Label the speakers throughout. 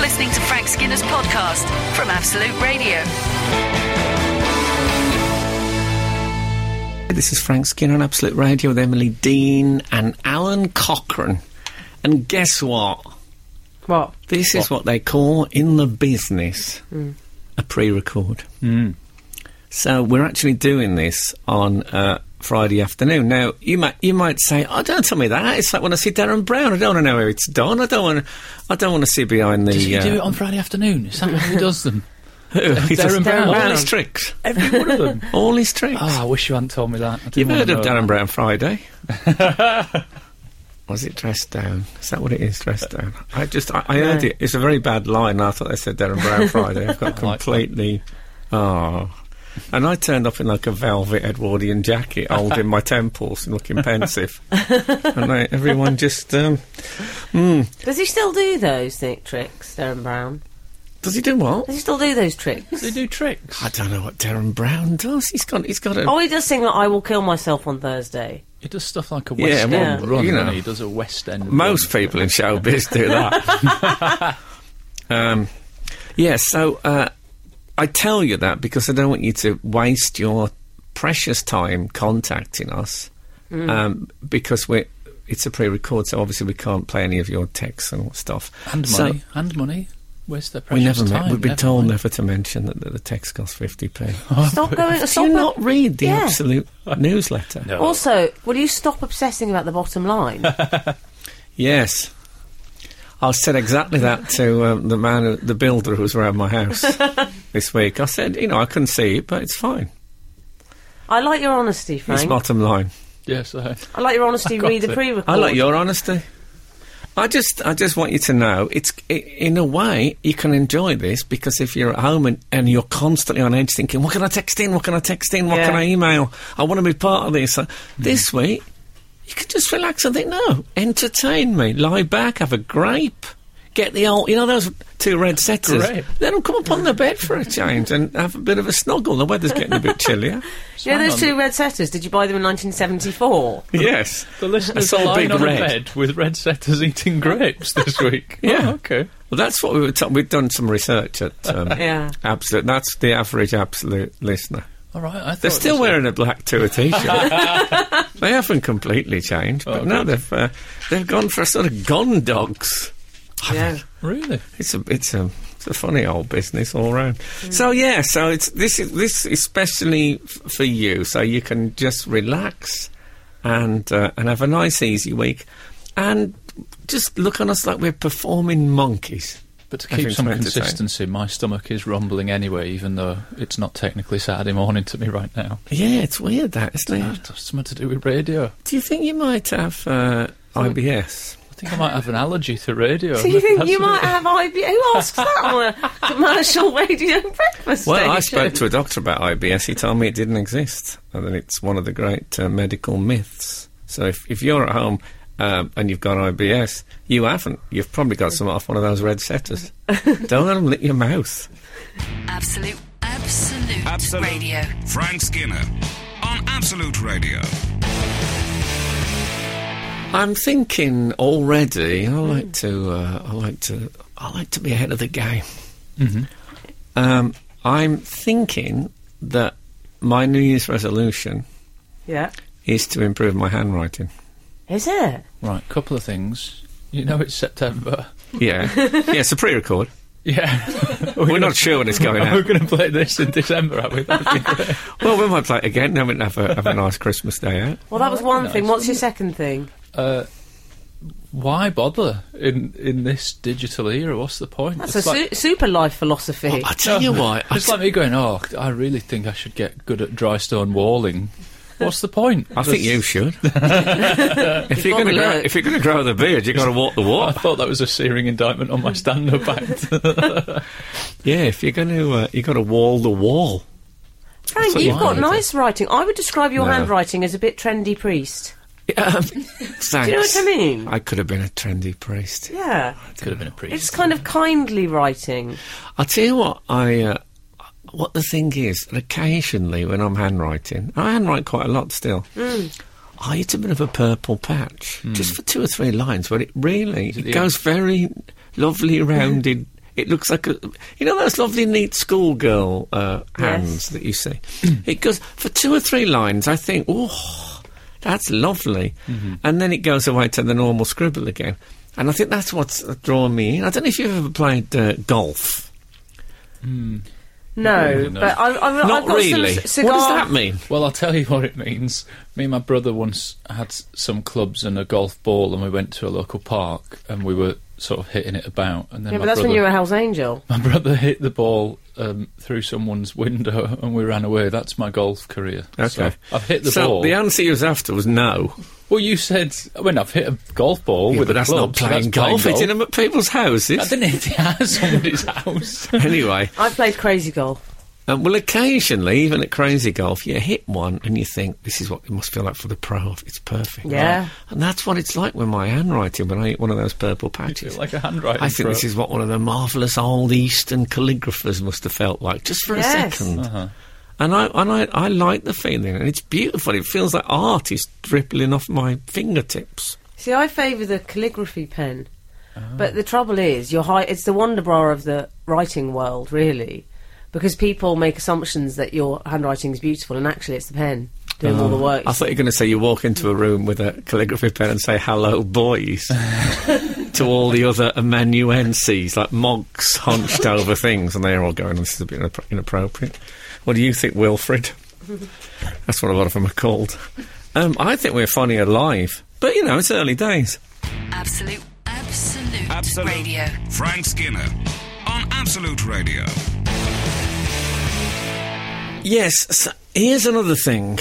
Speaker 1: listening to Frank Skinner's podcast from Absolute Radio.
Speaker 2: This is Frank Skinner on Absolute Radio with Emily Dean and Alan Cochrane. And guess what?
Speaker 3: What?
Speaker 2: This is what they call in the business a pre-record.
Speaker 4: Mm.
Speaker 2: So we're actually doing this on uh, Friday afternoon. Now you might you might say, "Oh, don't tell me that." It's like when I see Darren Brown. I don't want to know how it's done. I don't want. I don't want to see behind the.
Speaker 4: Does he
Speaker 2: uh,
Speaker 4: do it on Friday afternoon? Is that when he does them?
Speaker 2: he does
Speaker 4: Darren Brown?
Speaker 2: all his tricks.
Speaker 4: Every one of them.
Speaker 2: All his tricks.
Speaker 4: Oh, I wish you hadn't told me that. I didn't
Speaker 2: You've
Speaker 4: want
Speaker 2: heard
Speaker 4: to
Speaker 2: of
Speaker 4: know
Speaker 2: Darren Brown Friday. Was it dressed down? Is that what it is? Dressed down. I just I, I heard
Speaker 3: No.
Speaker 2: it. It's a very bad line. I thought they said Darren Brown Friday. I've got
Speaker 4: I like that.
Speaker 2: completely. Oh. And I turned up in like a velvet Edwardian jacket, holding my temples and looking pensive. and I, everyone just um,
Speaker 3: Does he still do those th- tricks, Darren Brown?
Speaker 2: does he do what?
Speaker 3: Does he still do those tricks?
Speaker 4: They do tricks.
Speaker 2: I don't know what Darren Brown does. He's got he's got a
Speaker 3: Oh, he does sing that I will kill myself on Thursday.
Speaker 4: He does stuff like a
Speaker 2: Yeah,
Speaker 4: West End
Speaker 2: well,
Speaker 4: run.
Speaker 2: you
Speaker 4: You
Speaker 2: know.
Speaker 4: he does a West End.
Speaker 2: Most
Speaker 4: run.
Speaker 2: people in showbiz do that. um, yeah, so uh, I tell you that because I don't want you to waste your precious time contacting us
Speaker 4: Mm.
Speaker 2: um, because we're. It's a pre-record, so obviously we can't play any of your texts and stuff.
Speaker 4: and
Speaker 2: So-
Speaker 4: money. and money. Where's the
Speaker 2: we
Speaker 4: precious
Speaker 2: never.
Speaker 4: time?
Speaker 2: Met, we've been
Speaker 4: Never
Speaker 2: told
Speaker 4: mind. Oh.
Speaker 2: never to mention that, that the text costs fifty p.
Speaker 3: Stop going.
Speaker 2: Do
Speaker 3: Stop
Speaker 2: Oh, you
Speaker 3: it.
Speaker 2: not read the
Speaker 3: Yeah.
Speaker 2: absolute newsletter?
Speaker 4: No.
Speaker 3: Also, will you stop obsessing about the bottom line?
Speaker 2: Yes. I said exactly that to um, the man, who- the builder who was around my house this week. I said, you know, I couldn't see it, but it's fine.
Speaker 3: I like your honesty,
Speaker 2: It's
Speaker 3: Frank.
Speaker 2: bottom line.
Speaker 4: Yes, I.
Speaker 3: I like your honesty.
Speaker 4: I got
Speaker 3: Read the
Speaker 4: it.
Speaker 3: pre-record.
Speaker 2: I like your honesty. I just, I just want you to know, it's i in a way you can enjoy this because if you're at home and, and you're constantly on edge, thinking, what can I text in? What can I text in? What
Speaker 3: Yeah.
Speaker 2: can I email? I want to be part of this. Uh,
Speaker 4: Hmm.
Speaker 2: This week, you can just relax and think, no, entertain me, lie back, have a grape, get the old, you know, those two red setters.
Speaker 4: Grape.
Speaker 2: Let them come up on the bed for a change and have a bit of a snuggle. The weather's getting a bit chillier.
Speaker 3: You know
Speaker 4: Hang
Speaker 3: those
Speaker 4: on.
Speaker 3: two red setters? Did you buy them in 1974?
Speaker 2: yes.
Speaker 4: The listeners
Speaker 2: I saw
Speaker 4: are lying
Speaker 2: Big
Speaker 4: on
Speaker 2: Red.
Speaker 4: a bed with red setters eating grapes this week.
Speaker 2: Yeah.
Speaker 4: Oh, okay.
Speaker 2: Well, that's what we were talking. We've done some research at um,
Speaker 3: Yeah.
Speaker 2: Absolute. That's the average Absolute listener.
Speaker 4: All right. I thought
Speaker 2: They're
Speaker 4: it
Speaker 2: still
Speaker 4: was
Speaker 2: wearing a black tour T-shirt. they haven't completely changed, but
Speaker 4: Oh,
Speaker 2: no,
Speaker 4: good.
Speaker 2: they've uh, they've gone for a sort of gun dogs.
Speaker 3: Yeah.
Speaker 4: A, really.
Speaker 2: It's a it's a it's a funny old business all round.
Speaker 4: Mm.
Speaker 2: So yeah, so it's this is this is especially f- for you, so you can just relax and uh, and have a nice easy week, and just look on us like we're performing monkeys.
Speaker 4: But to
Speaker 2: I
Speaker 4: keep
Speaker 2: think
Speaker 4: some
Speaker 2: it's meant to
Speaker 4: consistency, my stomach is rumbling anyway, even though it's not technically Saturday morning to me right now.
Speaker 2: Yeah, it's weird that, isn't it?
Speaker 4: It's something to do with radio.
Speaker 2: Do you think you might have uh, IBS?
Speaker 4: I think I might have an allergy to radio.
Speaker 3: Do you think
Speaker 4: That's
Speaker 3: you might
Speaker 4: what it-
Speaker 3: have IBS? Who asks that on a commercial radio breakfast
Speaker 2: Well, I
Speaker 3: station?
Speaker 2: spoke to a doctor about IBS. He told me it didn't exist, and that it's one of the great uh, medical myths. So if, if you're at home um, and you've got IBS, you haven't. You've probably got some off one of those red setters. Don't let them lick your mouth.
Speaker 1: Absolute, absolute,
Speaker 5: Absolute.
Speaker 1: radio.
Speaker 5: Frank Skinner on Absolute Radio.
Speaker 2: I'm thinking already. I like to. Uh, I like to. I like to be ahead of the game. Mm-hmm. Um, I'm thinking that my New Year's resolution
Speaker 3: Yeah.
Speaker 2: is to improve my handwriting.
Speaker 3: Is it?
Speaker 4: Right, couple of things. You know it's September.
Speaker 2: Yeah, yeah, it's a pre-record.
Speaker 4: Yeah.
Speaker 2: We're not sure when it's going
Speaker 4: We're
Speaker 2: out.
Speaker 4: going to play this in December, are we? That'd be great.
Speaker 2: Well, we might play it again. Then we'd have a, have a nice Christmas day out.
Speaker 3: Well, that was one
Speaker 4: nice,
Speaker 3: thing. What's your second thing?
Speaker 4: uh, why bother in in this digital era? What's the point?
Speaker 3: That's
Speaker 4: It's
Speaker 3: a
Speaker 4: like-
Speaker 3: su- super life philosophy.
Speaker 2: I tell you what, I
Speaker 4: It's like me going, oh, I really think I should get good at dry stone walling. What's the point?
Speaker 2: I think you
Speaker 4: That's-
Speaker 2: should. if you're going to
Speaker 3: probably
Speaker 2: grow,
Speaker 3: look.
Speaker 2: if you're going to grow the beard, you've got to walk the
Speaker 4: I
Speaker 2: walk.
Speaker 4: thought that was a searing indictment on my stand-up act.
Speaker 2: Yeah, if you're going to, uh, you've got to wall the wall.
Speaker 3: Frank,
Speaker 2: That's
Speaker 3: you've
Speaker 2: what
Speaker 3: got
Speaker 2: mine is.
Speaker 3: nice writing. I would describe your
Speaker 2: No.
Speaker 3: handwriting as a bit trendy priest.
Speaker 2: Um,
Speaker 3: Do you know what I mean?
Speaker 2: I could have been a trendy priest.
Speaker 3: Yeah.
Speaker 4: Could have been a priest.
Speaker 3: It's kind of kindly writing.
Speaker 2: I'll tell you what I. Uh, what the thing is, that occasionally when I'm handwriting, I handwrite quite a lot still. I hit a bit of a purple patch just for two or three lines, but it really it
Speaker 4: the-
Speaker 2: goes very lovely rounded It looks like a, you know, those lovely, neat schoolgirl uh, hands
Speaker 3: Yes.
Speaker 2: that you see. it goes for two or three lines. I think, oh, that's lovely, and then it goes away to the normal scribble again. And I think that's what's drawn me in. I don't know if you've ever played uh, golf.
Speaker 3: No,
Speaker 4: really, no.
Speaker 3: but I, I, I've
Speaker 2: Not
Speaker 3: got
Speaker 2: really.
Speaker 3: some c- cigar.
Speaker 2: What does that mean?
Speaker 4: Well, I'll tell you what it means. Me and my brother once had s- some clubs and a golf ball, and we went to a local park and we were sort of hitting it about. And then
Speaker 3: Yeah,
Speaker 4: my
Speaker 3: but that's
Speaker 4: brother,
Speaker 3: when you were a Hell's Angel.
Speaker 4: my brother hit the ball um, through someone's window, and we ran away. That's my golf career. So
Speaker 2: Okay.
Speaker 4: I've hit the
Speaker 2: so
Speaker 4: ball.
Speaker 2: the answer you was after was no.
Speaker 4: well, you said I mean I've hit a golf ball
Speaker 2: Yeah,
Speaker 4: with
Speaker 2: but
Speaker 4: a
Speaker 2: that's
Speaker 4: club.
Speaker 2: not
Speaker 4: so
Speaker 2: playing
Speaker 4: that's
Speaker 2: golf.
Speaker 4: Playing
Speaker 2: It's in them at people's
Speaker 4: I
Speaker 2: houses.
Speaker 4: didn't hit it at somebody's house.
Speaker 2: anyway,
Speaker 3: I played Crazy Golf.
Speaker 2: um, well, occasionally, even at Crazy Golf, you hit one and you think, this is what it must feel like for the pro. It's perfect.
Speaker 3: Yeah.
Speaker 2: And that's what it's like with my handwriting when I hit one of those purple patches.
Speaker 4: like a handwriting.
Speaker 2: I think
Speaker 4: pro.
Speaker 2: this is what one of the marvellous old Eastern calligraphers must have felt like, just for a
Speaker 3: Yes.
Speaker 2: 2nd And I and I, I like the feeling, and it's beautiful. It feels like art is dribbling off my fingertips.
Speaker 3: See, I favour the calligraphy pen,
Speaker 2: Oh.
Speaker 3: but the trouble is, your high, it's the wonderbra of the writing world, really, because people make assumptions that your handwriting's beautiful, and actually, it's the pen doing all the work.
Speaker 2: Oh. I thought you were going to say you walk into a room with a calligraphy pen and say "Hello, boys" to all the other amanuenses, like monks hunched over things, and they're all going, "This is a bit inappro- inappropriate." What do you think, Wilfred? That's what a lot of them are called. Um, I think we're funny alive, but you know, it's early days.
Speaker 1: Absolute, absolute,
Speaker 5: Absolute.
Speaker 1: radio.
Speaker 5: Frank Skinner on Absolute Radio.
Speaker 2: Yes. So here's another thing.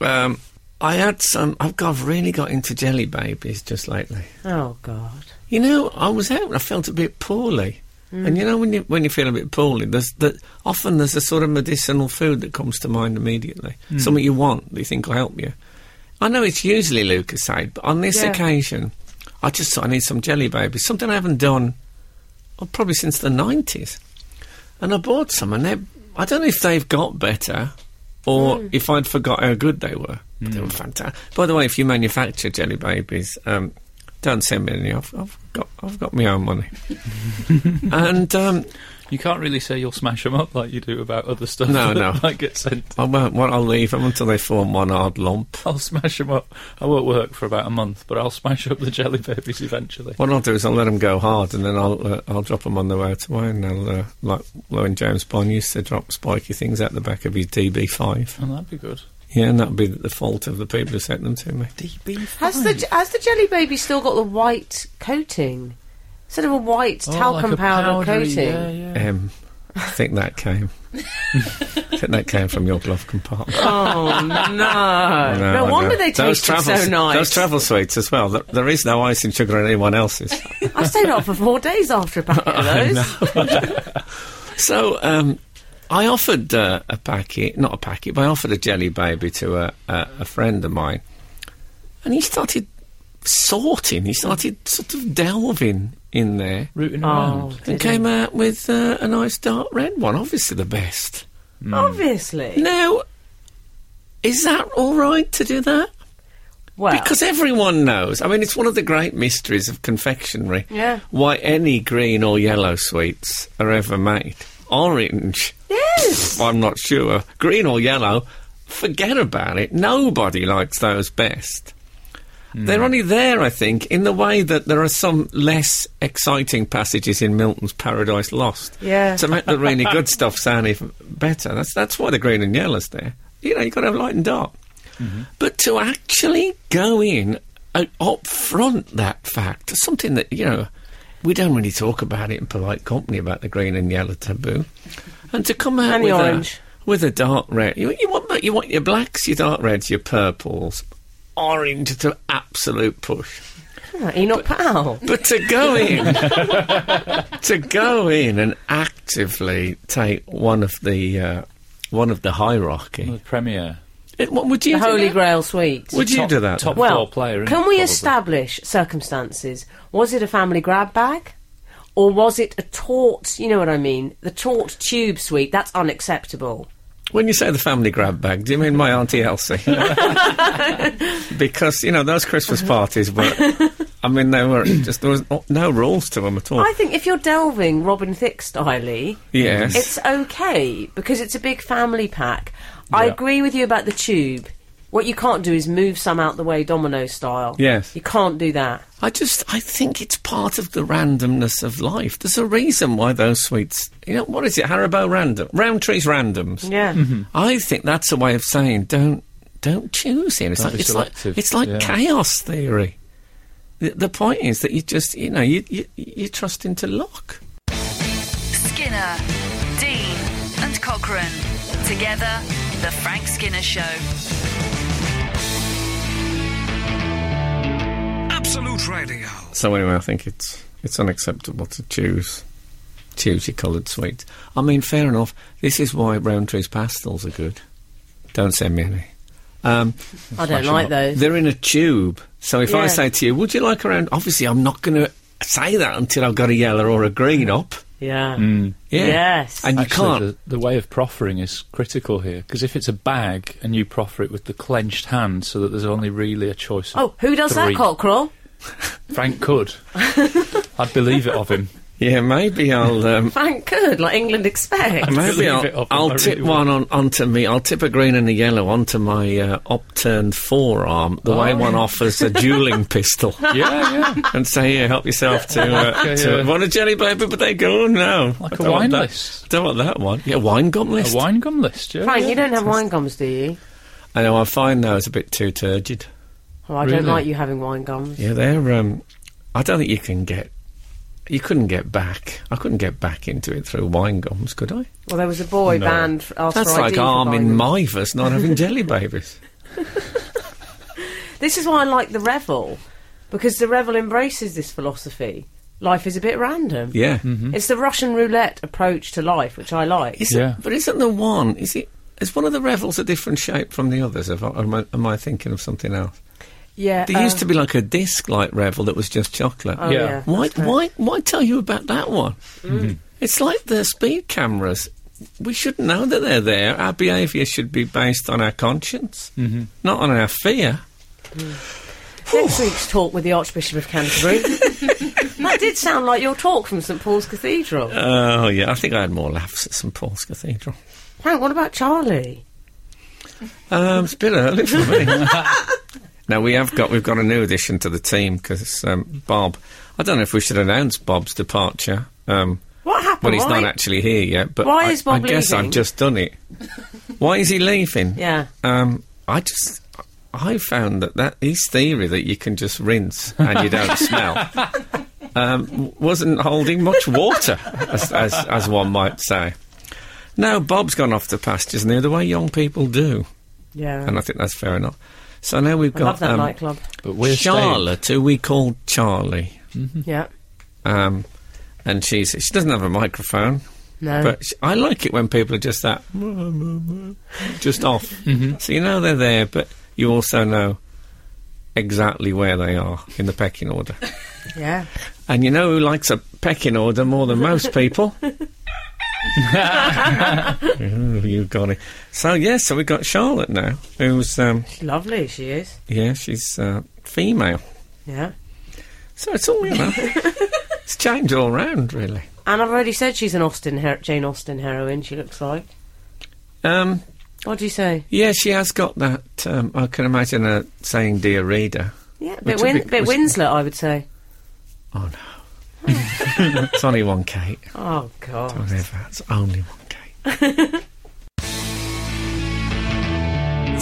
Speaker 2: Um, I had some. I've, got, I've really got into jelly babies just lately.
Speaker 3: oh God!
Speaker 2: You know, I was out and I felt a bit poorly. And you know, when you when you feel a bit poorly, there's that often there's a sort of medicinal food that comes to mind immediately. Something you want that you think will help you. I know it's usually Lucasade, but on this
Speaker 3: Yeah.
Speaker 2: occasion, I just thought I need some jelly babies. Something I haven't done, well, probably since the nineties. And I bought some, and they I don't know if they've got better or if I'd forgot how good they were. But They were fantastic. By the way, if you manufacture jelly babies, um, don't send me any. I've, I've got I've got my own money. and um,
Speaker 4: You can't really say you'll smash them up like you do about other stuff.
Speaker 2: No,
Speaker 4: that
Speaker 2: no.
Speaker 4: Might get sent.
Speaker 2: I won't. Well, I'll leave them until they form one hard lump.
Speaker 4: I'll smash them up. I won't work for about a month, but I'll smash up the jelly babies eventually.
Speaker 2: What I'll do is I'll let them go hard, and then I'll uh, I'll drop them on the way out away, and I'll uh, like when James Bond used to drop spiky things out the back of his DB5.
Speaker 4: And Oh, that'd be good.
Speaker 2: Yeah, and that'd be the fault of the people who sent them to me.
Speaker 3: Has the j- has the jelly baby still got the white coating? Instead of a
Speaker 4: Oh,
Speaker 3: white talcum powder coating.
Speaker 4: Yeah, yeah.
Speaker 2: Um, I think that came. I think that came from your glove compartment.
Speaker 3: Oh no!
Speaker 2: No,
Speaker 3: No,
Speaker 2: I
Speaker 3: wonder
Speaker 2: know.
Speaker 3: they
Speaker 2: Those
Speaker 3: tasted
Speaker 2: travel-
Speaker 3: so nice.
Speaker 2: Those travel sweets as well. There, there is no icing sugar in anyone else's.
Speaker 3: I stayed up for four days after a packet of those.
Speaker 2: so um, I offered uh, a packet, not a packet, but I offered a jelly baby to a, a, a friend of mine, and he started sorting. He started sort of delving in there
Speaker 4: Rooting
Speaker 3: Oh,
Speaker 4: around.
Speaker 2: and
Speaker 3: did
Speaker 2: came out with uh, a nice dark red one. Obviously, the best.
Speaker 3: it? obviously.
Speaker 2: Now, is that all right to do that?
Speaker 3: Well,
Speaker 2: Because everyone knows. I mean, it's one of the great mysteries of confectionery.
Speaker 3: Yeah.
Speaker 2: Why any green or yellow sweets are ever made. Orange,
Speaker 3: yes,
Speaker 2: I'm not sure. Green or yellow, forget about it. Nobody likes those best. They're only there, I think, in the way that there are some less exciting passages in Milton's Paradise Lost.
Speaker 3: Yeah.
Speaker 2: To make the really good stuff sound even better. That's that's why the green and yellow's there. You know, you've got to have light and dark. But to actually go in and upfront that fact, something that, you know, we don't really talk about it in polite company about the green and yellow taboo. And to come out
Speaker 3: And the
Speaker 2: with,
Speaker 3: orange.
Speaker 2: A, with a dark red. You, you, want, you want your blacks, your dark reds, your purples, orange to absolute push.
Speaker 3: Oh, Enoch Powell.
Speaker 2: But to go in, to go in and actively take one of the uh, one of the
Speaker 4: The
Speaker 2: hierarchy.
Speaker 4: premiere.
Speaker 2: It, what would you
Speaker 3: The
Speaker 2: do?
Speaker 3: Holy
Speaker 2: that?
Speaker 3: Grail sweet.
Speaker 2: Would you
Speaker 4: Top-
Speaker 2: do that?
Speaker 4: top-
Speaker 2: then?
Speaker 3: well,
Speaker 4: floor player, isn't
Speaker 3: can
Speaker 4: it,
Speaker 3: we
Speaker 4: probably?
Speaker 3: establish circumstances? Was it a family grab bag? Or was it a taut, you know what I mean, the taut tube sweet? That's unacceptable.
Speaker 2: When you say the family grab bag, do you mean my auntie Elsie? because you know those Christmas parties were. I mean, they were just there was no- no rules to them at all.
Speaker 3: I think if you're delving Robin Thicke style
Speaker 2: yes,
Speaker 3: it's okay because it's a big family pack. I
Speaker 4: Yeah.
Speaker 3: agree with you about the tube. What you can't do is move some out the way domino style.
Speaker 2: Yes.
Speaker 3: You can't do that.
Speaker 2: I just I think it's part of the randomness of life. There's a reason why those sweets. You know what is it? Haribo random, Roundtree's randoms.
Speaker 3: Yeah.
Speaker 2: I think that's a way of saying don't don't choose him. It's
Speaker 4: Don't
Speaker 2: like
Speaker 4: be
Speaker 2: it's like
Speaker 4: selective,
Speaker 2: it's like
Speaker 4: yeah.
Speaker 2: chaos theory. The, the point is that you just you know you you, you trust into luck.
Speaker 1: Skinner, Dean, and Cochrane. Together, The Frank Skinner Show.
Speaker 5: Absolute Radio.
Speaker 2: So anyway, I think it's it's unacceptable to choose choose your coloured sweets. I mean, fair enough. This is why Roundtree's pastels are good. Don't send me any. Um,
Speaker 3: I don't
Speaker 4: Flash 'em
Speaker 3: like
Speaker 4: up.
Speaker 3: those.
Speaker 2: They're in a tube. So if I
Speaker 3: Yeah.
Speaker 2: say to you, would you like a round? Obviously, I'm not going to say that until I've got a yellow or a green up.
Speaker 3: Yeah.
Speaker 4: Mm.
Speaker 2: Yeah.
Speaker 3: Yes.
Speaker 2: And Hmm. you
Speaker 4: Actually,
Speaker 2: can't.
Speaker 4: The, the way of proffering is critical here because if it's a bag and you proffer it with the clenched hand, so that there's only really a choice. Of
Speaker 3: Oh, who does
Speaker 4: three.
Speaker 3: that, Cockrell?
Speaker 4: Frank could. I'd believe it of him.
Speaker 2: Yeah, maybe I'll. Um,
Speaker 3: Frank could, like England expect.
Speaker 2: Maybe
Speaker 4: Leave
Speaker 2: I'll,
Speaker 4: it up,
Speaker 2: I'll
Speaker 4: I really
Speaker 2: tip
Speaker 4: will.
Speaker 2: one on, onto me. I'll tip a green and a yellow onto my uh, upturned forearm, the
Speaker 3: Oh.
Speaker 2: way one offers a dueling pistol,
Speaker 4: Yeah, yeah.
Speaker 2: and say, "Here, help yourself to, uh,
Speaker 4: Okay,
Speaker 2: to
Speaker 4: yeah.
Speaker 2: want a jelly baby?" But they go, "Oh no,
Speaker 4: Like
Speaker 2: I
Speaker 4: a
Speaker 2: don't want
Speaker 4: wine
Speaker 2: that.
Speaker 4: list.
Speaker 2: Don't want that one. Yeah, wine gum list.
Speaker 4: A wine gum list, yeah.
Speaker 3: Frank,
Speaker 4: yeah.
Speaker 3: you don't have wine gums, do you?
Speaker 2: I know. I find those a bit too turgid.
Speaker 3: Oh, I don't
Speaker 4: Really?
Speaker 3: like you having wine gums.
Speaker 2: Yeah, they're. Um, I don't think you can get. You couldn't get back. I couldn't get back into it through wine gums, could I?
Speaker 3: Well, there was a boy
Speaker 4: No.
Speaker 3: banned f- after
Speaker 2: That's
Speaker 3: ID
Speaker 2: like
Speaker 3: for buying
Speaker 2: Armin
Speaker 3: them.
Speaker 2: Mivers not having jelly babies.
Speaker 3: This is why I like the Revel, because the Revel embraces this philosophy. Life is a bit random.
Speaker 2: Yeah.
Speaker 4: Mm-hmm.
Speaker 3: It's the Russian roulette approach to life, which I like.
Speaker 2: Is it-
Speaker 4: Yeah.
Speaker 2: but isn't the one? Is it? Is one of the revels a different shape from the others? Have I- Am I, am I thinking of something else?
Speaker 3: yeah,
Speaker 2: There used to be like a disc-like revel that was just chocolate.
Speaker 3: Uh, Oh,
Speaker 4: Yeah.
Speaker 3: yeah.
Speaker 2: why?
Speaker 3: that's correct.
Speaker 2: Why? Why tell you about that one? It's like the speed cameras. We should know that they're there. Our behaviour should be based on our conscience, not on our fear.
Speaker 3: Next week's talk with the Archbishop of Canterbury. that did sound like your talk from St Paul's Cathedral.
Speaker 2: Oh yeah, I think I had more laughs at St Paul's Cathedral.
Speaker 3: Frank, what about Charlie?
Speaker 2: Um, it's a bit early for me. now we have got we've got a new addition to the team because um, Bob. I don't know if we should announce Bob's departure. Um,
Speaker 3: What happened?
Speaker 2: well, he's
Speaker 3: Why-
Speaker 2: not actually here yet. But
Speaker 3: Why
Speaker 2: I,
Speaker 3: is Bob
Speaker 2: I guess
Speaker 3: leaving?
Speaker 2: I've just done it. Why is he leaving?
Speaker 3: Yeah.
Speaker 2: Um, I just. I found that that his theory that you can just rinse and you don't smell um, w- wasn't holding much water, as, as, as one might say. Now Bob's gone off the pastures near the way young people do,
Speaker 3: Yeah.
Speaker 2: and I think that's fair enough. So now we've
Speaker 3: I
Speaker 2: got
Speaker 3: love that
Speaker 2: um,
Speaker 3: nightclub.
Speaker 4: But we're
Speaker 2: Charlotte, who we call Charlie,
Speaker 3: Yeah.
Speaker 2: um, and she's she doesn't have a microphone,
Speaker 3: No.
Speaker 2: but sh- I like it when people are just that, just off. So you know they're there, but you also know exactly where they are in the pecking order.
Speaker 3: yeah.
Speaker 2: And you know who likes a pecking order more than most people? Oh, Ooh, you got it. So yeah, so we've got Charlotte now, who's um,
Speaker 3: She's lovely, she is.
Speaker 2: yeah, she's uh, female.
Speaker 3: Yeah.
Speaker 2: So it's all you know. it's changed all round, really.
Speaker 3: And I've already said she's an Austin her- Jane Austen heroine, she looks like.
Speaker 2: Um,
Speaker 3: What do you say?
Speaker 2: yeah, she has got that. Um, I can imagine her saying "dear reader."
Speaker 3: Yeah,
Speaker 2: Which
Speaker 3: bit,
Speaker 2: would
Speaker 3: win-
Speaker 2: be-
Speaker 3: bit
Speaker 2: which-
Speaker 3: Winslet, I would say.
Speaker 2: Oh no, it's only one Kate.
Speaker 3: Oh, God.
Speaker 2: Whatever, it's only one Kate.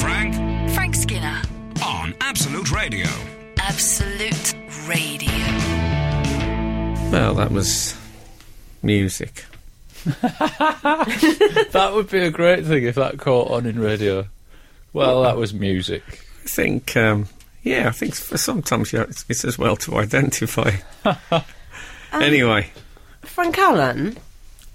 Speaker 5: Frank
Speaker 1: Frank Skinner,
Speaker 5: on Absolute Radio.
Speaker 1: Absolute Radio.
Speaker 2: Well, that was music.
Speaker 4: That would be a great thing if that caught on in radio. Well, that was music.
Speaker 2: I think, um, yeah, I think for sometimes yeah, it's, it's as well to identify. anyway,
Speaker 3: Frank Allen?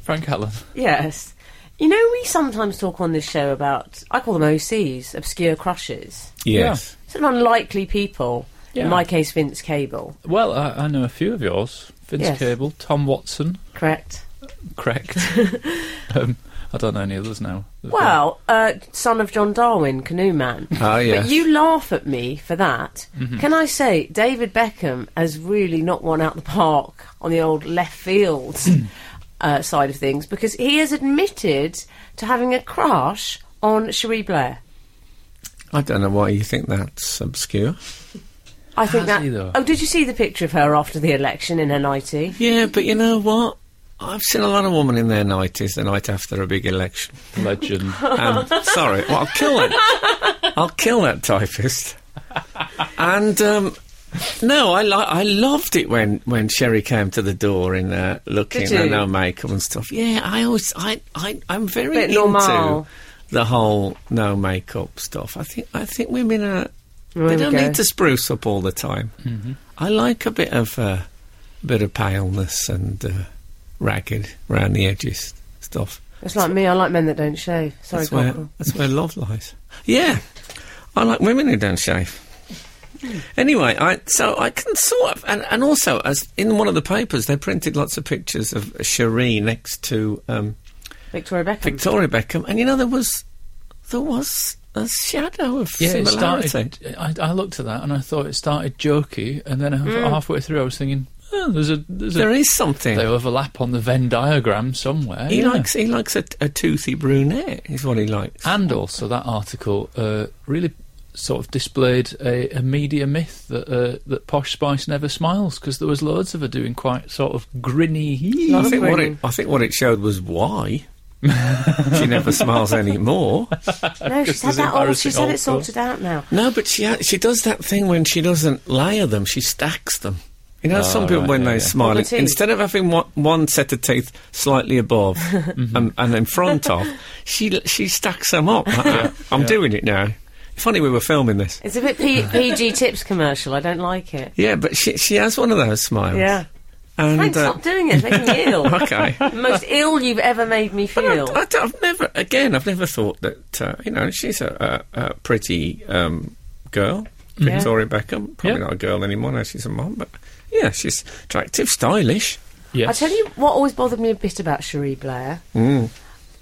Speaker 4: Frank Allen.
Speaker 3: Yes. You know, we sometimes talk on this show about, I call them OCs, obscure crushes.
Speaker 2: yes,
Speaker 3: Sort of unlikely people.
Speaker 4: Yeah.
Speaker 3: In my case, Vince Cable.
Speaker 4: Well, I, I know a few of yours. Vince
Speaker 3: Yes.
Speaker 4: Cable, Tom Watson,
Speaker 3: Correct?
Speaker 4: correct. um, I don't know any others now.
Speaker 3: Well, uh, son of John Darwin, canoe man.
Speaker 2: Oh, yes. Mm-hmm.
Speaker 3: But you laugh at me for that. Can I say, David Beckham has really knocked one out the park on the old left field uh, side of things because he has admitted to having a crush on Cherie Blair.
Speaker 2: I don't know why you think that's obscure.
Speaker 3: I think
Speaker 4: Has
Speaker 3: that.
Speaker 4: he, though?
Speaker 3: Oh, did you see the picture of her after the election in her nightie?
Speaker 2: Yeah, but you know what? I've seen a lot of women in their 90s the night after a big election.
Speaker 4: legend.
Speaker 2: Um, sorry, well, I'll kill that. I'll kill that typist. And um, no, I li- I loved it when when Sherry came to the door in uh, looking
Speaker 3: Did
Speaker 2: and
Speaker 3: you?
Speaker 2: no makeup and stuff. Yeah, I always I I I'm very
Speaker 3: Bit
Speaker 2: into
Speaker 3: normal.
Speaker 2: the whole no makeup stuff. I think I think women are
Speaker 3: There
Speaker 2: they
Speaker 3: we
Speaker 2: don't
Speaker 3: go.
Speaker 2: need to spruce up all the time. Mm-hmm. I like a bit of uh, bit of paleness and uh, ragged round the edges stuff.
Speaker 3: It's like me. I like men that don't shave. Sorry,
Speaker 2: That's where,
Speaker 3: Cockrell.
Speaker 2: that's where love lies. Yeah, I like women who don't shave.
Speaker 4: Hmm.
Speaker 2: Anyway, I so I can sort of, and, and also as in one of the papers, they printed lots of pictures of Cherie next to um,
Speaker 3: Victoria Beckham.
Speaker 2: Victoria Beckham, and you know there was there was a shadow of
Speaker 4: Yeah, it
Speaker 2: similarity.
Speaker 4: started. I, I looked at that and I thought it started jokey, and then half,
Speaker 3: Mm.
Speaker 4: halfway through I was thinking, oh, there's a there's
Speaker 2: There
Speaker 4: a
Speaker 2: is something.
Speaker 4: they overlap on the Venn diagram somewhere.
Speaker 2: he
Speaker 4: yeah.
Speaker 2: likes he likes a, a toothy brunette. Is what he likes.
Speaker 4: and also that article uh, really sort of displayed a, a media myth that uh, that Posh Spice never smiles because there was loads of her doing quite sort of grinny.
Speaker 2: I think what it
Speaker 3: Lovely.
Speaker 2: I think what it showed was why she never smiles anymore.
Speaker 3: No, she's had
Speaker 4: there's
Speaker 3: that all.
Speaker 4: embarrassing
Speaker 3: She's had
Speaker 4: old
Speaker 3: it sorted out now.
Speaker 2: No, but she ha- she does that thing when she doesn't layer them; she stacks them. You know, some people
Speaker 4: Oh, right,
Speaker 2: when
Speaker 4: yeah,
Speaker 2: they
Speaker 4: yeah.
Speaker 2: smile,
Speaker 3: Double teeth.
Speaker 2: instead of having one, one set of teeth slightly above
Speaker 3: Mm-hmm.
Speaker 2: and, and in front of, she l- she stacks them up. like that. I'm doing it now. If only we were filming this.
Speaker 3: It's a bit P- PG Tips commercial. I don't like it.
Speaker 2: Yeah, but she she has one of those smiles.
Speaker 3: Yeah.
Speaker 2: and
Speaker 3: Frank,
Speaker 2: uh,
Speaker 3: stop doing it. It's making me ill.
Speaker 2: okay.
Speaker 3: The most ill you've ever made me
Speaker 2: But I-
Speaker 3: feel.
Speaker 2: I, have never, again, I've never thought that, uh, you know, she's a, a, a pretty um, girl, Victoria Beckham. Probably
Speaker 4: Yeah.
Speaker 2: not a girl anymore now, she's a mom, but yeah, she's attractive, stylish.
Speaker 4: Yes.
Speaker 3: I tell you what always bothered me a bit about Cherie Blair
Speaker 2: Mm.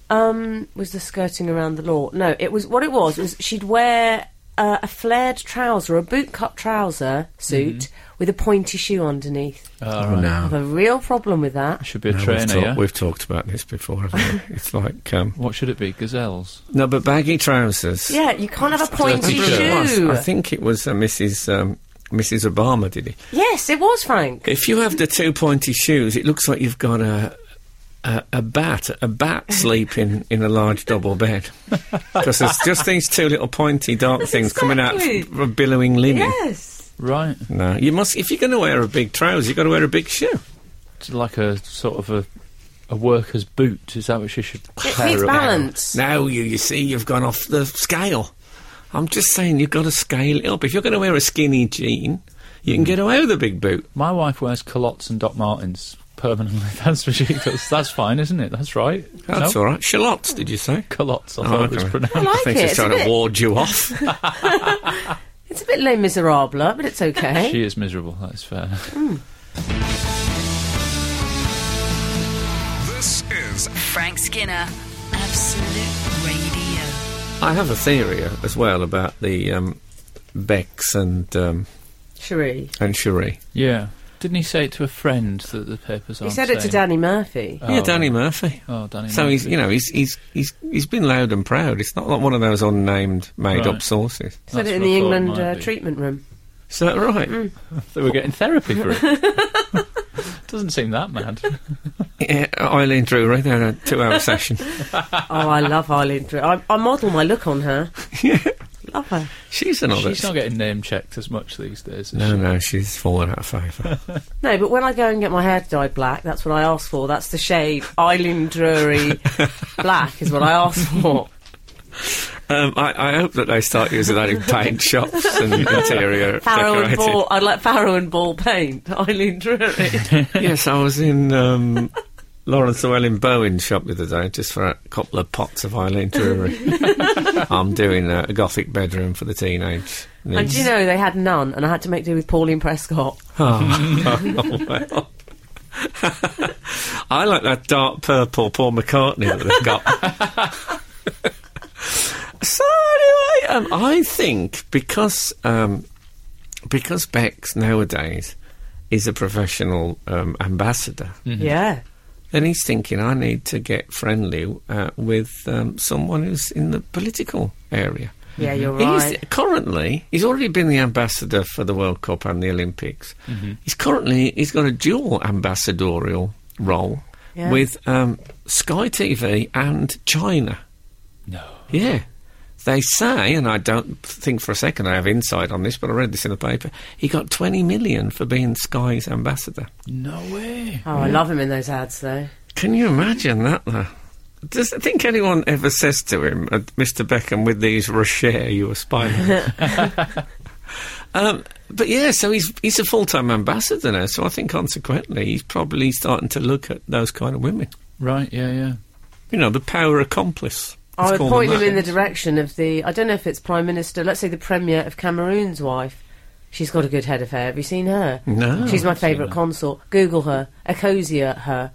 Speaker 3: um, was the skirting around the law. No, it was what it was was she'd wear uh, a flared trouser, a boot cut trouser suit
Speaker 2: Mm-hmm.
Speaker 3: with a pointy shoe underneath.
Speaker 4: All right.
Speaker 3: I have
Speaker 2: Oh.
Speaker 3: a real problem with that.
Speaker 4: Should be a
Speaker 2: No,
Speaker 4: trainer.
Speaker 2: we've, talked-
Speaker 4: yeah?
Speaker 2: we've talked about this before. haven't we? it's like um,
Speaker 4: What should it be? Gazelles.
Speaker 2: no, but baggy trousers.
Speaker 3: Yeah, you can't have a
Speaker 2: I'm
Speaker 3: pointy
Speaker 2: sure it was.
Speaker 3: shoe.
Speaker 2: I think it was uh, Mrs. Um, Mrs. Obama did it.
Speaker 3: yes, it was Frank.
Speaker 2: If you have the two pointy shoes, it looks like you've got a a, a bat a bat sleeping in a large double bed because there's just these two little pointy dark
Speaker 3: That's
Speaker 2: things coming out
Speaker 3: exactly-
Speaker 2: f- from billowing linen.
Speaker 3: Yes.
Speaker 4: Right.
Speaker 2: No, you must if you're going to wear a big trouser, you've got to wear a big shoe.
Speaker 4: It's like a sort of a a worker's boot. Is that what she should
Speaker 3: It
Speaker 4: pair
Speaker 3: needs
Speaker 4: up?
Speaker 3: balance.
Speaker 2: Now you you see you've gone off the scale. I'm just saying you've got to scale it up. If you're going to wear a skinny jean, you
Speaker 3: Hmm.
Speaker 2: can get away with a big boot.
Speaker 4: My wife wears culottes and Doc Martens permanently. That's what she does. That's fine, isn't it? That's right.
Speaker 2: That's
Speaker 4: no?
Speaker 2: all right. Shallots, did you say?
Speaker 4: Culottes, I
Speaker 2: Oh,
Speaker 4: thought it was
Speaker 2: okay.
Speaker 4: pronounced.
Speaker 3: like
Speaker 2: I think
Speaker 3: it.
Speaker 2: she's
Speaker 3: It's a
Speaker 2: trying
Speaker 3: bit-
Speaker 2: to ward you off.
Speaker 3: It's a bit Les Miserables, but it's okay.
Speaker 4: She is miserable, that's fair.
Speaker 5: This is
Speaker 1: Frank Skinner, Absolute Radio.
Speaker 2: I have a theory uh, as well about the um, Bex and um,
Speaker 3: Cherie.
Speaker 2: and Cherie.
Speaker 4: Yeah. Didn't he say it to a friend that the papers
Speaker 3: He
Speaker 4: aren't
Speaker 3: said it to
Speaker 4: saying?
Speaker 3: Danny Murphy.
Speaker 4: Oh,
Speaker 2: yeah, Danny
Speaker 4: right.
Speaker 2: Murphy.
Speaker 4: Oh, Danny.
Speaker 2: so he's you know he's he's he's he's been loud and proud. It's not like one of those unnamed made up
Speaker 4: Right.
Speaker 2: sources.
Speaker 3: He said
Speaker 4: that's
Speaker 3: it in
Speaker 4: what I
Speaker 3: the
Speaker 4: thought it
Speaker 3: England
Speaker 4: might
Speaker 3: uh,
Speaker 4: be.
Speaker 3: treatment room.
Speaker 2: Is that right?
Speaker 4: Mm. They were getting therapy for it. Doesn't seem that mad.
Speaker 2: Yeah, Eileen Drew right there, a two hour session.
Speaker 3: Oh, I love Eileen Drew. I, I model my look on her.
Speaker 2: Yeah.
Speaker 3: Love her.
Speaker 2: She's another.
Speaker 4: She's not getting name checked as much these days. is
Speaker 2: no,
Speaker 4: she?
Speaker 2: no, she's fallen out of favour.
Speaker 3: No, but when I go and get my hair dyed black, that's what I ask for. That's the shade Eileen Drury black is what I ask for.
Speaker 2: um, I, I hope that they start using that in paint shops and interior
Speaker 3: Farrow and
Speaker 2: decorating.
Speaker 3: Ball. I'd like Farrow and Ball paint. Eileen Drury.
Speaker 2: Yes, I was in um, Lawrence Llewellyn Bowen shop the other day just for a couple of pots of Eileen Drury. I'm doing a, a gothic bedroom for the teenage.
Speaker 3: and
Speaker 2: niece.
Speaker 3: do you know they had none, and I had to make do with Pauline Prescott.
Speaker 2: Oh, well. Oh, I like that dark purple Paul McCartney that they've got. so anyway, um, I think because um, because Bex nowadays is a professional um, ambassador,
Speaker 4: Mm-hmm.
Speaker 3: Yeah.
Speaker 2: then he's thinking I need to get friendly uh, with um, someone who's in the political area.
Speaker 3: Yeah, you're
Speaker 2: He's
Speaker 3: right.
Speaker 2: currently he's already been the ambassador for the World Cup and the Olympics. He's currently he's got a dual ambassadorial role
Speaker 3: Yeah.
Speaker 2: with um, Sky TV and China.
Speaker 4: No.
Speaker 2: Yeah. They say, and I don't think for a second I have insight on this, but I read this in the paper. He got 20 million for being Sky's ambassador.
Speaker 4: No way.
Speaker 3: Oh, I love him in those ads, though.
Speaker 2: Can you imagine that, though? Does I think anyone ever says to him, uh, Mr. Beckham, with these Rocher, you aspire? um, but yeah, so he's he's a full time ambassador now. So I think consequently, he's probably starting to look at those kind of women.
Speaker 4: Right, yeah, yeah.
Speaker 2: You know, the power accomplice.
Speaker 3: I would
Speaker 2: Let's call
Speaker 3: point
Speaker 2: them
Speaker 3: him in Oh, the
Speaker 2: that.
Speaker 3: direction of the. I don't know if it's Prime Minister, let's say the Premier of Cameroon's wife. She's got a good head of hair. Have you seen her?
Speaker 2: No.
Speaker 3: She's
Speaker 4: haven't Mm.
Speaker 3: my
Speaker 4: seen
Speaker 3: favourite
Speaker 4: her.
Speaker 3: consort. Google her. Ecosia her.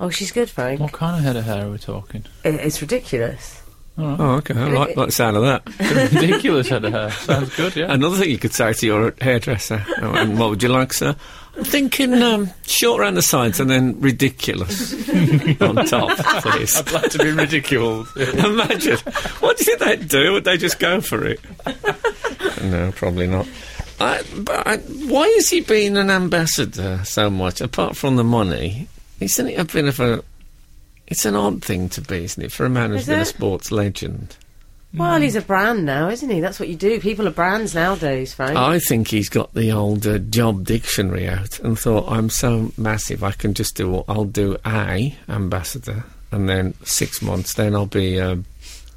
Speaker 3: Oh, she's good, Frank.
Speaker 4: What kind of head of hair are we talking?
Speaker 3: I- It's ridiculous.
Speaker 2: Oh, okay. I like, like the sound of that.
Speaker 4: Ridiculous head of hair. Sounds good, yeah.
Speaker 2: Another thing you could say to your hairdresser, oh, and what would you like, sir? I'm thinking um, short around the sides and then ridiculous on top, please.
Speaker 4: I'd like to be ridiculed.
Speaker 2: Imagine. What do you think they'd do? Would they just go for it? no, probably not. I, but I, why is he being an ambassador so much, apart from the money? Isn't it a bit of a... It's an odd thing to be, isn't it, for a man who's
Speaker 3: Is
Speaker 2: been a
Speaker 3: it?
Speaker 2: sports legend?
Speaker 4: Mm.
Speaker 3: Well, he's a brand now, isn't he? That's what you do. People are brands nowadays, Frank.
Speaker 4: Ah,
Speaker 2: I think he's got the old uh, job dictionary out and thought, I'm so massive, I can just do what I'll do. I ambassador, and then six months, then I'll be um,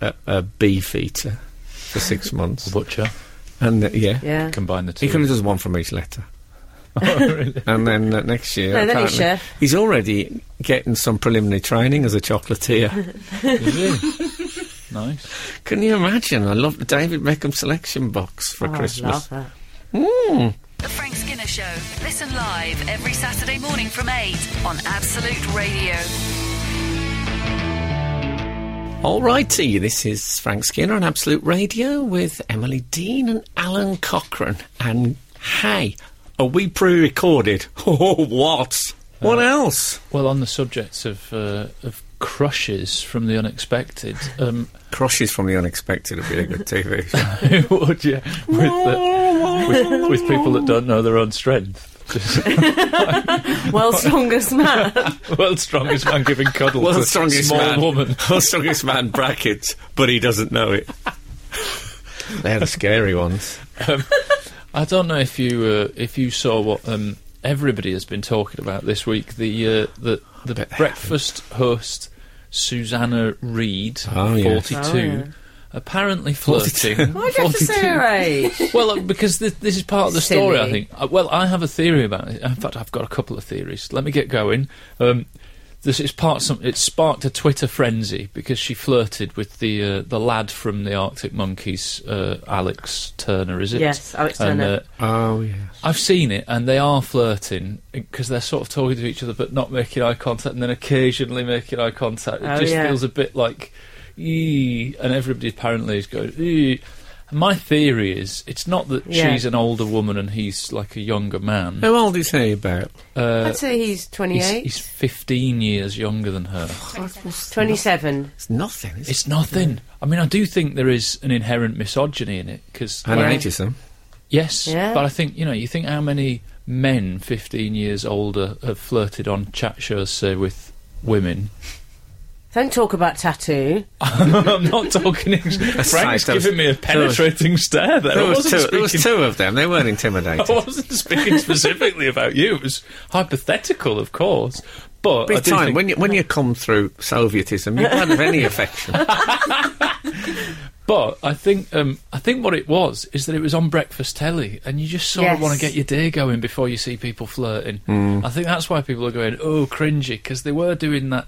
Speaker 2: a, a beef eater for six months,
Speaker 4: Butcher.
Speaker 2: and uh, yeah.
Speaker 3: yeah. Oh,
Speaker 4: Combine the two.
Speaker 2: He can does one from each letter,
Speaker 4: Really?
Speaker 2: and then uh, next year,
Speaker 3: No, then he's
Speaker 2: apparently-
Speaker 3: chef.
Speaker 2: he's already getting some preliminary training as a chocolatier.
Speaker 4: Is he? nice.
Speaker 2: can you imagine? I love the David Beckham selection box for
Speaker 3: Oh, I
Speaker 2: Christmas. Hmm.
Speaker 3: love that.
Speaker 1: The Frank Skinner Show. Listen live every Saturday morning from 8 on Absolute Radio.
Speaker 2: Alrighty, this is Frank Skinner on Absolute Radio with Emily Dean and Alan Cochrane. And hey, are we pre recorded? Oh, what? What else?
Speaker 4: Well, on the subject of uh, of crushes from the unexpected, um,
Speaker 2: Crushes from the Unexpected would be a good TV show.
Speaker 4: would you with, the, with, with people that don't know their own strength? Just,
Speaker 3: World's strongest man.
Speaker 4: world's strongest man giving cuddle to
Speaker 2: World's strongest
Speaker 4: small
Speaker 2: man.
Speaker 4: woman.
Speaker 2: World's strongest man brackets, but he doesn't know it. They're the scary ones.
Speaker 4: I don't know if you uh, if you saw what um, everybody has been talking about this week the uh, the the
Speaker 2: bet they
Speaker 4: breakfast host Susanna Reid,
Speaker 2: Oh, yeah.
Speaker 4: forty two,
Speaker 3: Oh, yeah.
Speaker 4: apparently
Speaker 2: 42.
Speaker 4: flirting.
Speaker 3: Why'd you have to say her age?
Speaker 4: well, uh, because this, this is part of the story, I
Speaker 3: Silly.
Speaker 4: think. Uh, well, I have a theory about it. In fact, I've got a couple of theories. Let me get going. Um, this is part. Some, it sparked a Twitter frenzy because she flirted with the uh, the lad from the Arctic Monkeys, uh, Alex Turner. Is it?
Speaker 3: Yes, Alex
Speaker 4: And,
Speaker 3: Turner.
Speaker 4: uh,
Speaker 2: Oh, yeah.
Speaker 4: I've seen it, and they are flirting because they're sort of talking to each other but not making eye contact, and then occasionally making eye contact. It
Speaker 3: Oh,
Speaker 4: just
Speaker 3: yeah.
Speaker 4: feels a bit like, "Ee," and everybody apparently is going. "Ee." My theory is it's not that
Speaker 3: Yeah.
Speaker 4: she's an older woman and he's like a younger man.
Speaker 2: How old is he about?
Speaker 4: Uh,
Speaker 3: I'd say he's
Speaker 4: he's,
Speaker 3: 28.
Speaker 4: he's 15 years younger than her.
Speaker 3: 27.
Speaker 2: It's nothing. Is it?
Speaker 4: It's nothing. I mean, I do think there is an inherent misogyny in it because
Speaker 2: And
Speaker 3: Yeah.
Speaker 2: ageism.
Speaker 4: Yes,
Speaker 3: Yeah.
Speaker 4: but I think you know. You think how many men, fifteen years older, have flirted on chat shows, say, with women?
Speaker 3: Don't talk about tattoo.
Speaker 4: I'm not talking. English. Frank's
Speaker 2: right, that was-
Speaker 4: giving me a penetrating stare there.
Speaker 2: There
Speaker 4: I
Speaker 2: was,
Speaker 4: wasn't
Speaker 2: two,
Speaker 4: speaking.
Speaker 2: there was two of them. They weren't intimidating.
Speaker 4: I wasn't speaking specifically about you. It was hypothetical, of course. But I
Speaker 2: Big
Speaker 4: do
Speaker 2: time.
Speaker 4: think-
Speaker 2: When you when you come through Sovietism, you can't have any affection.
Speaker 4: But I think um, I think what it was is that it was on breakfast telly, and you just sort of
Speaker 3: Yes.
Speaker 4: want to get your day going before you see people flirting. I think that's why people are going, "Oh, cringy," because they were doing that.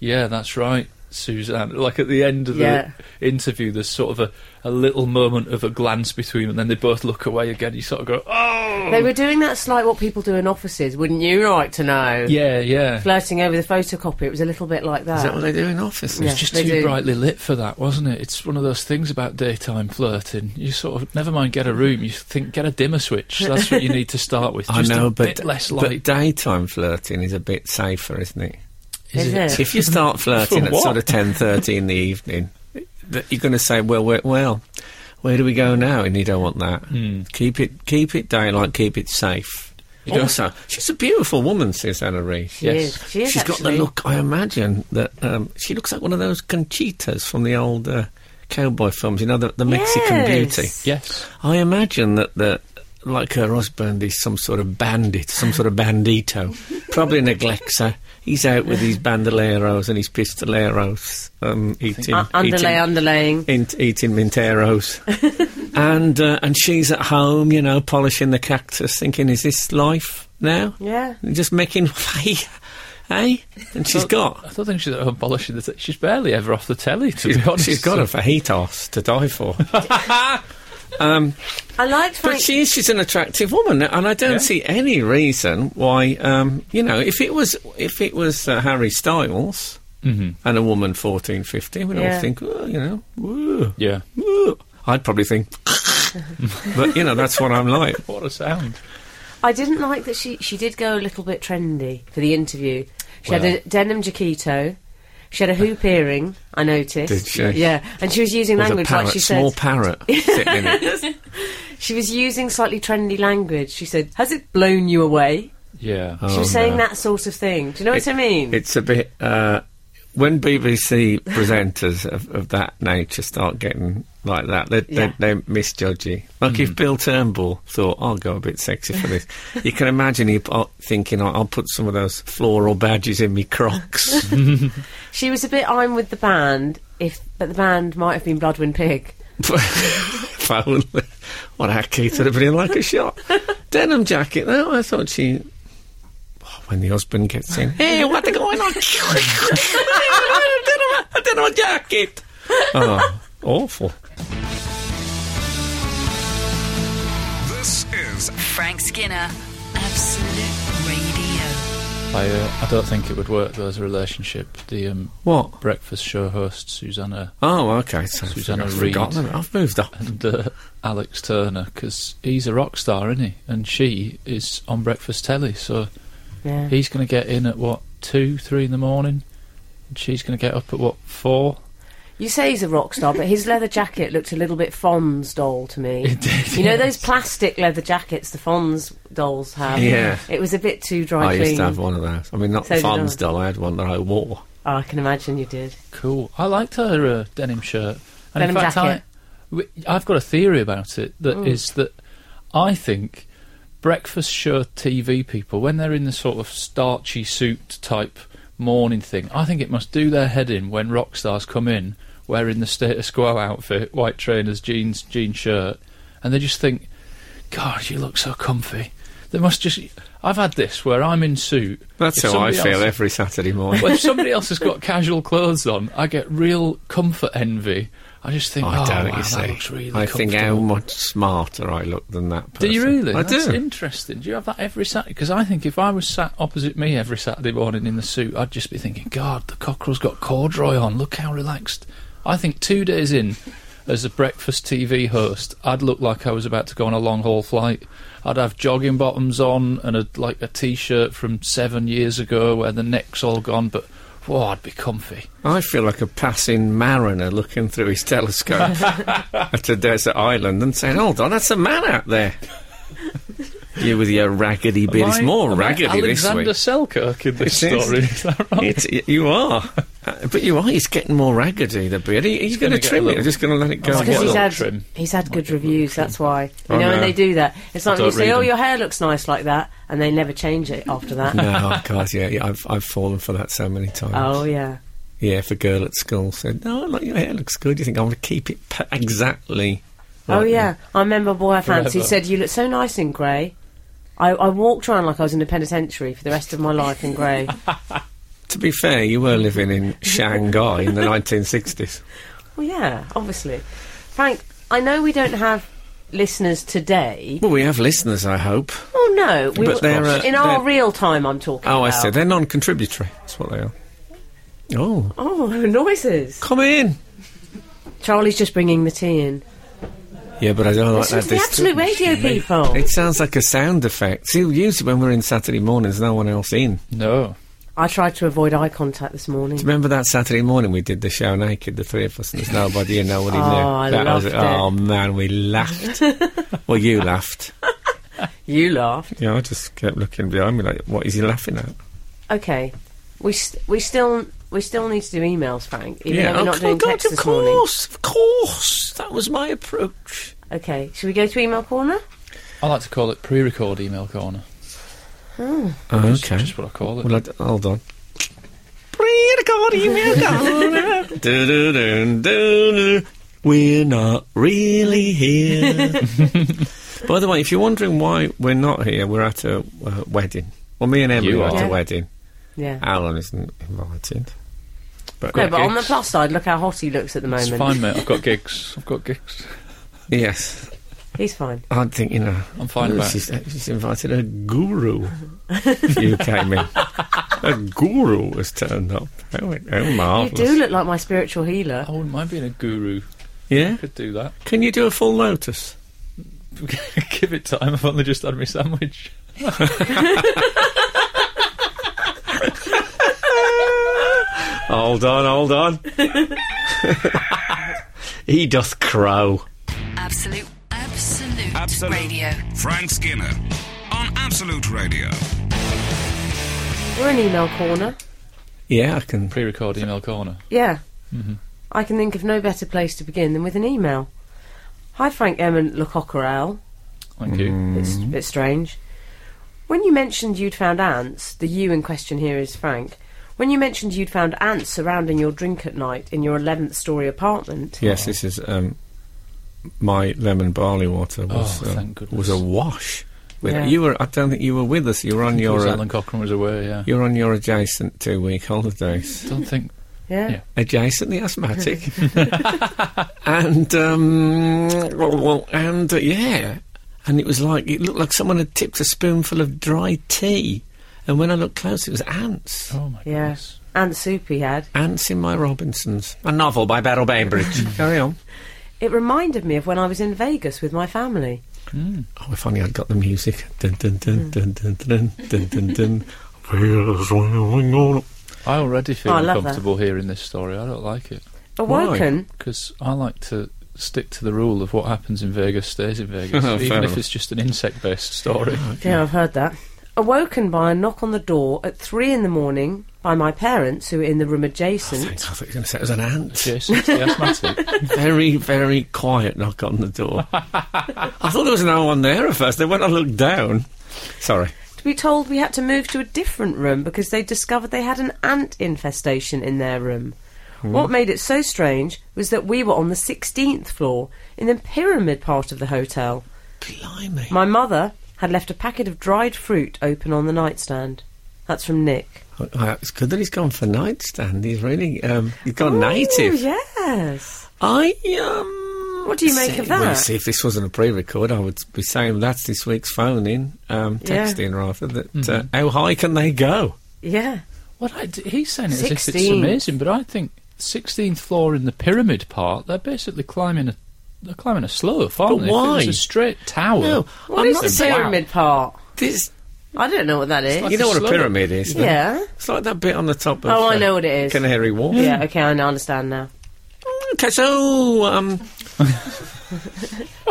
Speaker 4: Yeah, that's right. Suzanne. Like at the end of the
Speaker 3: Yeah.
Speaker 4: interview, there's sort of a, a little moment of a glance between them, and then they both look away again. You sort of go, oh!
Speaker 3: They were doing that slight what people do in offices, wouldn't you like to know?
Speaker 4: yeah, yeah.
Speaker 3: Flirting over the photocopy. It was a little bit like that.
Speaker 2: Is that what they do in offices?
Speaker 3: Yeah.
Speaker 4: It's just
Speaker 3: they
Speaker 4: too
Speaker 3: do.
Speaker 4: brightly lit for that, wasn't it? It's one of those things about daytime flirting. You sort of never mind get a room. You think get a dimmer switch. That's what you need to start with.
Speaker 2: I
Speaker 4: Just
Speaker 2: know,
Speaker 4: a
Speaker 2: but,
Speaker 4: bit less
Speaker 2: but
Speaker 4: light.
Speaker 2: daytime flirting is a bit safer, isn't it?
Speaker 3: Is it?
Speaker 2: If you start flirting
Speaker 4: For
Speaker 2: at
Speaker 4: what?
Speaker 2: sort of ten thirty in the evening, that you're going to say, "Well, where, well, where do we go now?" And you don't want that. Keep it, keep it daylight, keep it safe.
Speaker 4: Hmm. don't-
Speaker 2: Also, she's a beautiful woman, says Anna Reese.
Speaker 3: She
Speaker 4: Yes.
Speaker 3: is. She is
Speaker 2: She's got the
Speaker 3: actually.
Speaker 2: look. I imagine that um, she looks like one of those conchitas from the old uh, cowboy films. You know, the, the Mexican
Speaker 3: Yes.
Speaker 2: beauty.
Speaker 4: Yes.
Speaker 2: I imagine that the like her husband is some sort of bandit, some sort of bandito. Probably neglects her. He's out with his bandoleros and his pistoleros, um, eating,
Speaker 3: Uh, underlay,
Speaker 2: eating,
Speaker 3: underlaying.
Speaker 2: in, eating minteros, and uh, and she's at home, you know, polishing the cactus, thinking, "Is this life now?"
Speaker 3: Yeah.
Speaker 2: And just making hey, hey, and she's got
Speaker 4: I don't think she's at home polishing the. T- she's barely ever off the telly. To be honest, uh,
Speaker 2: she's got a fajitas to die for.
Speaker 3: I liked Frank.
Speaker 2: But she is, she's an attractive woman, and I don't
Speaker 4: Yeah.
Speaker 2: see any reason why, um, you know, if it was if it was uh, Harry Styles
Speaker 4: Mm-hmm.
Speaker 2: and a woman 14, 15, we'd all
Speaker 3: Yeah.
Speaker 2: think, oh, you know, woo,
Speaker 4: Yeah.
Speaker 2: woo." I'd probably think, but you know, that's what I'm like.
Speaker 4: What a sound.
Speaker 3: I didn't like that she she did go a little bit trendy for the interview. She
Speaker 4: Well.
Speaker 3: had a denim jaquito. She had a hoop earring. I noticed.
Speaker 2: Did she?
Speaker 3: Yeah, and she was using
Speaker 2: With a
Speaker 3: language
Speaker 2: parrot,
Speaker 3: like she
Speaker 2: small
Speaker 3: said.
Speaker 2: parrot sitting in it.
Speaker 3: she was using slightly trendy language. She said, "Has it blown you away?"
Speaker 4: Yeah.
Speaker 3: She
Speaker 2: Oh,
Speaker 3: was saying
Speaker 2: no.
Speaker 3: that sort of thing. Do you know what I mean?
Speaker 2: It's a bit. Uh, when BBC presenters of, of that nature start getting like that, they,
Speaker 3: Yeah.
Speaker 2: they, they misjudge you. Like if Bill Turnbull thought, I'll go a bit sexy for this, you can imagine him uh, thinking, "I- I'll put some of those floral badges in me crocs.
Speaker 3: She was a bit I'm with the band, if but the band might have been Bloodwind Pig.
Speaker 2: if I would, what a Keith would have been like a shot. Denim jacket, though, I thought she. Oh, when the husband gets in, hey, what's going on? denim, denim jacket. Oh, awful.
Speaker 5: This is
Speaker 1: Frank Skinner, Absolute Radio.
Speaker 4: I, uh, I don't think it would work though as a relationship. The um,
Speaker 2: What?
Speaker 4: breakfast show host Susanna
Speaker 2: Oh, okay. So
Speaker 4: Susanna
Speaker 2: I've
Speaker 4: Reid.
Speaker 2: forgotten them. I've moved on.
Speaker 4: and uh, Alex Turner because he's a rock star, isn't he? And she is on breakfast telly, so
Speaker 3: Yeah.
Speaker 4: he's going to get in at what two, three in the morning, and she's going to get up at what four.
Speaker 3: You say he's a rock star, but his leather jacket looked a little bit Fonz doll to me.
Speaker 4: It did,
Speaker 3: You know
Speaker 4: yes.
Speaker 3: those plastic leather jackets the Fonz dolls have?
Speaker 2: Yeah.
Speaker 3: It was a bit too dry
Speaker 2: I
Speaker 3: clean.
Speaker 2: used to have one of those. I mean, not
Speaker 3: So
Speaker 2: the
Speaker 3: did I.
Speaker 2: Farms doll. I had one that I wore.
Speaker 3: Oh, I can imagine you did.
Speaker 4: Cool. I liked her uh, denim shirt. And
Speaker 3: Denim
Speaker 4: in fact, I,
Speaker 3: jacket.
Speaker 4: w- I've got a theory about it that is that I think breakfast show TV people, when they're in the sort of starchy suit type morning thing, I think it must do their head in when rock stars come in wearing the status quo outfit, white trainers, jeans, jean shirt, and they just think, God, you look so comfy. They must just. I've had this where I'm in suit.
Speaker 2: That's
Speaker 4: If
Speaker 2: how I
Speaker 4: somebody
Speaker 2: feel
Speaker 4: else-
Speaker 2: every Saturday morning.
Speaker 4: well, if somebody else has got casual clothes on, I get real comfort envy. I just think,
Speaker 2: I
Speaker 4: oh,
Speaker 2: don't,
Speaker 4: wow,
Speaker 2: you see.
Speaker 4: that looks really
Speaker 2: I think how
Speaker 4: comfortable."
Speaker 2: much smarter I look than that
Speaker 4: Do
Speaker 2: person.
Speaker 4: you really?
Speaker 2: I
Speaker 4: That's
Speaker 2: do.
Speaker 4: interesting. Do you have that every Saturday? Because I think if I was sat opposite me every Saturday morning in the suit, I'd just be thinking, God, the cockerel's got corduroy on. Look how relaxed. I think two days in as a breakfast TV host, I'd look like I was about to go on a long haul flight. I'd have jogging bottoms on and a, like a t-shirt from seven years ago where the neck's all gone, but whoa, I'd be comfy.
Speaker 2: I feel like a passing mariner looking through his telescope at a desert island and saying, "Hold on, that's a man out there." you with your raggedy beard. It's
Speaker 4: Am I-
Speaker 2: more
Speaker 4: am I
Speaker 2: raggedy this
Speaker 4: Alexander
Speaker 2: week.
Speaker 4: Selkirk in this
Speaker 2: It is.
Speaker 4: story. Is that right?
Speaker 2: It's, y- you are. Uh, But you are. He's getting more raggedy, the beard. He, he's going to
Speaker 4: gonna get
Speaker 2: trim
Speaker 4: a
Speaker 2: it.
Speaker 4: little-
Speaker 2: I'm just going to let it go.
Speaker 4: I'll
Speaker 3: It's 'cause
Speaker 4: get a
Speaker 3: he's
Speaker 4: little
Speaker 3: had,
Speaker 4: trim.
Speaker 3: he's had good reviews, that's why. You
Speaker 2: Oh,
Speaker 3: know, when
Speaker 2: no.
Speaker 3: they do that. It's like when you
Speaker 4: don't read
Speaker 3: say, oh,
Speaker 4: them.
Speaker 3: your hair looks nice like that, and they never change it after that.
Speaker 2: no, oh, God, yeah, yeah I've, I've fallen for that so many times.
Speaker 3: Oh, yeah.
Speaker 2: Yeah, if a girl at school said, no, I like your hair looks good. You think, I want to keep it p- exactly.
Speaker 3: Oh
Speaker 2: like
Speaker 3: yeah, I remember a boy I fancied
Speaker 4: Forever.
Speaker 3: said, "You look so nice in grey." I, I walked around like I was in a penitentiary for the rest of my life in grey.
Speaker 2: that. to be fair, you were living in Shanghai in the 1960s.
Speaker 3: Well, yeah, obviously. Frank, I know we don't have listeners today.
Speaker 2: Well, we have listeners, I hope.
Speaker 3: Oh no, we
Speaker 2: But
Speaker 3: were-
Speaker 2: they're, uh,
Speaker 3: in our
Speaker 2: they're-
Speaker 3: real time. I'm talking.
Speaker 2: Oh, I
Speaker 3: about.
Speaker 2: see. They're non contributory. That's what they are. Oh,
Speaker 3: Oh, there were noises.
Speaker 2: come in.
Speaker 3: Charlie's just bringing the tea in.
Speaker 2: Yeah, but I don't like
Speaker 3: Listen
Speaker 2: that.
Speaker 3: to the absolute
Speaker 2: disturbance
Speaker 3: radio
Speaker 2: from me.
Speaker 3: people.
Speaker 2: It sounds like a sound effect. See, usually when we're in Saturday mornings, no one else in.
Speaker 4: No.
Speaker 3: I tried to avoid eye contact this morning.
Speaker 2: Remember that Saturday morning we did the show naked, the three of us, and there's nobody and nobody
Speaker 3: Oh,
Speaker 2: knew.
Speaker 3: I
Speaker 2: that
Speaker 3: loved
Speaker 2: was,
Speaker 3: it.
Speaker 2: Oh man, we laughed. well, you laughed.
Speaker 3: You laughed.
Speaker 2: Yeah, I just kept looking behind me like, what is he laughing at?
Speaker 3: Okay, we st- we still we still need to do emails, Frank. Even
Speaker 2: yeah,
Speaker 3: though we're not
Speaker 2: oh,
Speaker 3: doing
Speaker 2: God,
Speaker 3: text
Speaker 2: of
Speaker 3: this morning.
Speaker 2: course, of course. That was my approach.
Speaker 3: Okay, should we go to email corner?
Speaker 4: I like to call it pre-record email corner.
Speaker 2: Oh,
Speaker 4: That's
Speaker 2: okay.
Speaker 4: just what I call it.
Speaker 2: Well, I d- hold on. Pre-record email corner. Du-du-dun-du-du. We're not really here. By the way, if you're wondering why we're not here, we're at a uh, wedding. Well, me and Emily
Speaker 4: You
Speaker 2: are at
Speaker 4: are.
Speaker 2: a wedding.
Speaker 3: Yeah.
Speaker 2: Alan isn't invited. But
Speaker 3: no, but on the
Speaker 4: gigs.
Speaker 3: plus side, look how hot he looks at the moment.
Speaker 4: it's fine, mate. I've got gigs. I've got gigs.
Speaker 2: yes,
Speaker 3: He's fine.
Speaker 2: I think you know.
Speaker 4: I'm fine about
Speaker 2: she's, uh, she's invited a guru. if you came in, a guru has turned up. Oh, oh
Speaker 3: you
Speaker 2: marvelous!
Speaker 3: do look like my spiritual healer.
Speaker 4: I wouldn't mind being a guru.
Speaker 2: Yeah,
Speaker 4: Could do that.
Speaker 2: can you do a full lotus?
Speaker 4: Give it time. I've only just had my sandwich.
Speaker 2: Hold on, hold on. he doth crow.
Speaker 1: Absolute, absolute,
Speaker 5: Absolute.
Speaker 1: radio.
Speaker 5: Frank Skinner on Absolute Radio.
Speaker 3: We're in email corner.
Speaker 2: Yeah, I can.
Speaker 4: Pre-record email corner.
Speaker 3: Yeah.
Speaker 4: Mm-hmm.
Speaker 3: I can think of no better place to begin than with an email. Hi, Frank M. and LaCockerel.
Speaker 4: Thank you.
Speaker 2: Mm,
Speaker 3: It's a bit strange. When you mentioned you'd found ants, the you in question here is Frank. When you mentioned you'd found ants surrounding your drink at night in your 11th story apartment,
Speaker 2: Yes, this is um, my lemon barley water was
Speaker 4: Oh,
Speaker 2: um,
Speaker 4: thank goodness.
Speaker 2: was a wash. With
Speaker 3: Yeah.
Speaker 2: You were. I don't think you were with us. You were on
Speaker 4: Your
Speaker 2: your. Uh,
Speaker 4: Alan Cochrane was away. Yeah.
Speaker 2: you're on your adjacent two week holidays.
Speaker 4: Don't think.
Speaker 3: yeah,
Speaker 4: Yeah.
Speaker 2: Adjacent the asthmatic. and, um, well, well, and, uh, yeah. And it was like, it looked like someone had tipped a spoonful of dry tea. And when I looked close, it was ants.
Speaker 4: Oh my
Speaker 3: yeah,
Speaker 4: goodness.
Speaker 3: ant soup he had.
Speaker 2: Ants in My Robinsons, a novel by Beryl Bainbridge. Carry on.
Speaker 3: It reminded me of when I was in Vegas with my family.
Speaker 2: Oh, if only I'd got the music. Dun, dun, dun, dun, dun, dun, dun, dun, dun. Where's my ring on?
Speaker 4: I already feel
Speaker 3: Oh, I love that.
Speaker 4: uncomfortable hearing this story. I don't like it
Speaker 3: Awoken,
Speaker 4: because I like to stick to the rule of what happens in Vegas stays in Vegas,
Speaker 2: Oh, fair
Speaker 4: even if
Speaker 2: enough.
Speaker 4: it's just an insect-based story.
Speaker 3: yeah, I've heard that. Awoken by a knock on the door at three in the morning by my parents, who were in the room
Speaker 2: I
Speaker 3: adjacent.
Speaker 2: think- I thought you were going to say it was an ant.
Speaker 4: Jason, the asthmatic.
Speaker 2: Very, very quiet knock on the door. I thought there was no one there at first. Then when I looked down, sorry.
Speaker 3: to be told we had to move to a different room because they discovered they had an ant infestation in their room. What made it so strange was that we were on the 16th floor in the pyramid part of the hotel.
Speaker 2: Blimey.
Speaker 3: My mother had left a packet of dried fruit open on the nightstand. That's from Nick.
Speaker 2: Uh, it's good that he's gone for nightstand. He's really, um, he's gone
Speaker 3: Oh,
Speaker 2: native.
Speaker 3: yes.
Speaker 2: I um.
Speaker 3: What do you make
Speaker 2: see-
Speaker 3: of that?
Speaker 2: Well, see, if this wasn't a pre-record, I would be saying that's this week's phone in, um,
Speaker 3: Yeah.
Speaker 2: texting rather. That uh, how high can they go?
Speaker 3: Yeah.
Speaker 4: What I d he's saying it as if it's
Speaker 3: 16th.
Speaker 4: amazing, but I think sixteenth floor in the pyramid part, they're basically climbing a they're climbing a slope, aren't
Speaker 2: But
Speaker 4: they? If it was
Speaker 2: why?
Speaker 4: a straight tower.
Speaker 2: No,
Speaker 3: What
Speaker 2: I'm
Speaker 3: is
Speaker 2: not
Speaker 3: the
Speaker 2: saying-
Speaker 3: pyramid part?
Speaker 2: This,
Speaker 3: I don't know what that is.
Speaker 4: like
Speaker 2: you know
Speaker 4: a
Speaker 2: what a
Speaker 4: slope.
Speaker 2: pyramid is? don't you?
Speaker 3: Yeah.
Speaker 2: It's like that bit on the top of. uh,
Speaker 3: Oh, I know what it is.
Speaker 2: Canary Wharf.
Speaker 3: Yeah, okay, I understand now.
Speaker 2: Okay, so um,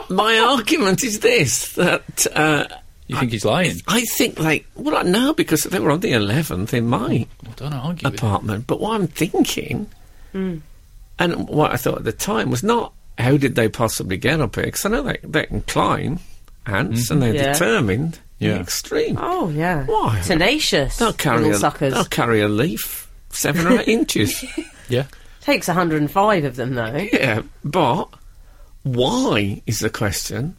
Speaker 2: my argument is this: that uh,
Speaker 4: You think he's lying?
Speaker 2: I think, like, well, no, because they were on the eleventh in
Speaker 3: Mm.
Speaker 2: my
Speaker 4: Well, don't argue. With him.
Speaker 2: apartment. But what I'm thinking,
Speaker 3: Mm.
Speaker 2: and what I thought at the time, was not how did they possibly get up here? Because I know they, they can climb ants and they're
Speaker 3: Mm-hmm. Yeah.
Speaker 2: determined,
Speaker 4: Yeah.
Speaker 2: and extreme.
Speaker 3: Oh, yeah.
Speaker 2: Why?
Speaker 3: Tenacious.
Speaker 2: They'll carry
Speaker 3: little
Speaker 2: a,
Speaker 3: suckers.
Speaker 2: they'll carry a leaf seven or eight inches.
Speaker 4: Yeah,
Speaker 3: Takes 105 of them, though.
Speaker 2: Yeah, but why is the question?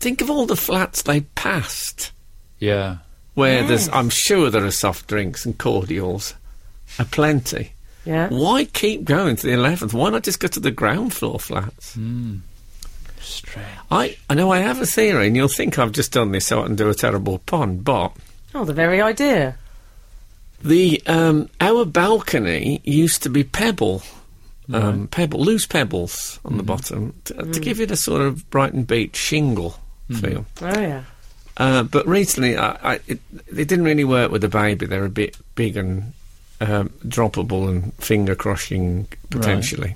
Speaker 2: Think of all the flats they passed
Speaker 4: yeah.
Speaker 2: where there's, I'm sure there are soft drinks and cordials are plenty.
Speaker 3: Yeah.
Speaker 2: Why keep going to the 11th? Why not just go to the ground floor flats?
Speaker 4: Strange.
Speaker 2: I, I know I have a theory, and you'll think I've just done this so I can do a terrible pun, but
Speaker 3: Oh, the very idea.
Speaker 2: the um, our balcony used to be pebble, um, pebble, loose pebbles on the bottom to, to give it a sort of Brighton Beach shingle feel.
Speaker 3: Oh yeah.
Speaker 2: Uh, but recently, I, I, it, it didn't really work with the baby. They're a bit big and um, droppable and finger crushing potentially.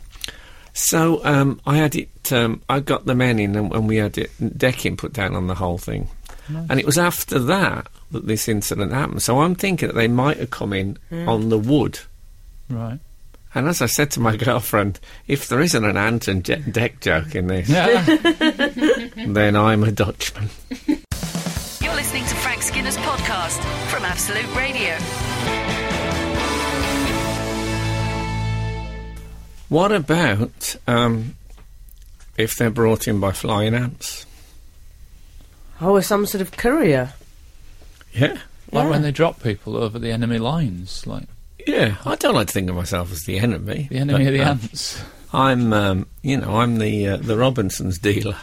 Speaker 2: So um, I had it. Um, I got the men in, and, and we had it decking put down on the whole thing. And it was after that that this incident happened. So I'm thinking that they might have come in on the wood.
Speaker 4: Right.
Speaker 2: And as I said to my girlfriend, if there isn't an ant and je- deck joke in this,
Speaker 4: Yeah.
Speaker 2: then I'm a Dutchman.
Speaker 1: You're listening to Frank Skinner's podcast from Absolute Radio.
Speaker 2: What about um, if they're brought in by flying ants?
Speaker 3: Oh, it's some sort of courier.
Speaker 2: Yeah.
Speaker 4: like
Speaker 3: Yeah.
Speaker 4: when they drop people over the enemy lines, like
Speaker 2: Yeah, I don't like to think of myself as the enemy.
Speaker 4: the enemy
Speaker 2: but,
Speaker 4: of the
Speaker 2: uh,
Speaker 4: ants.
Speaker 2: I'm, um, you know, I'm the uh, the Robinsons dealer.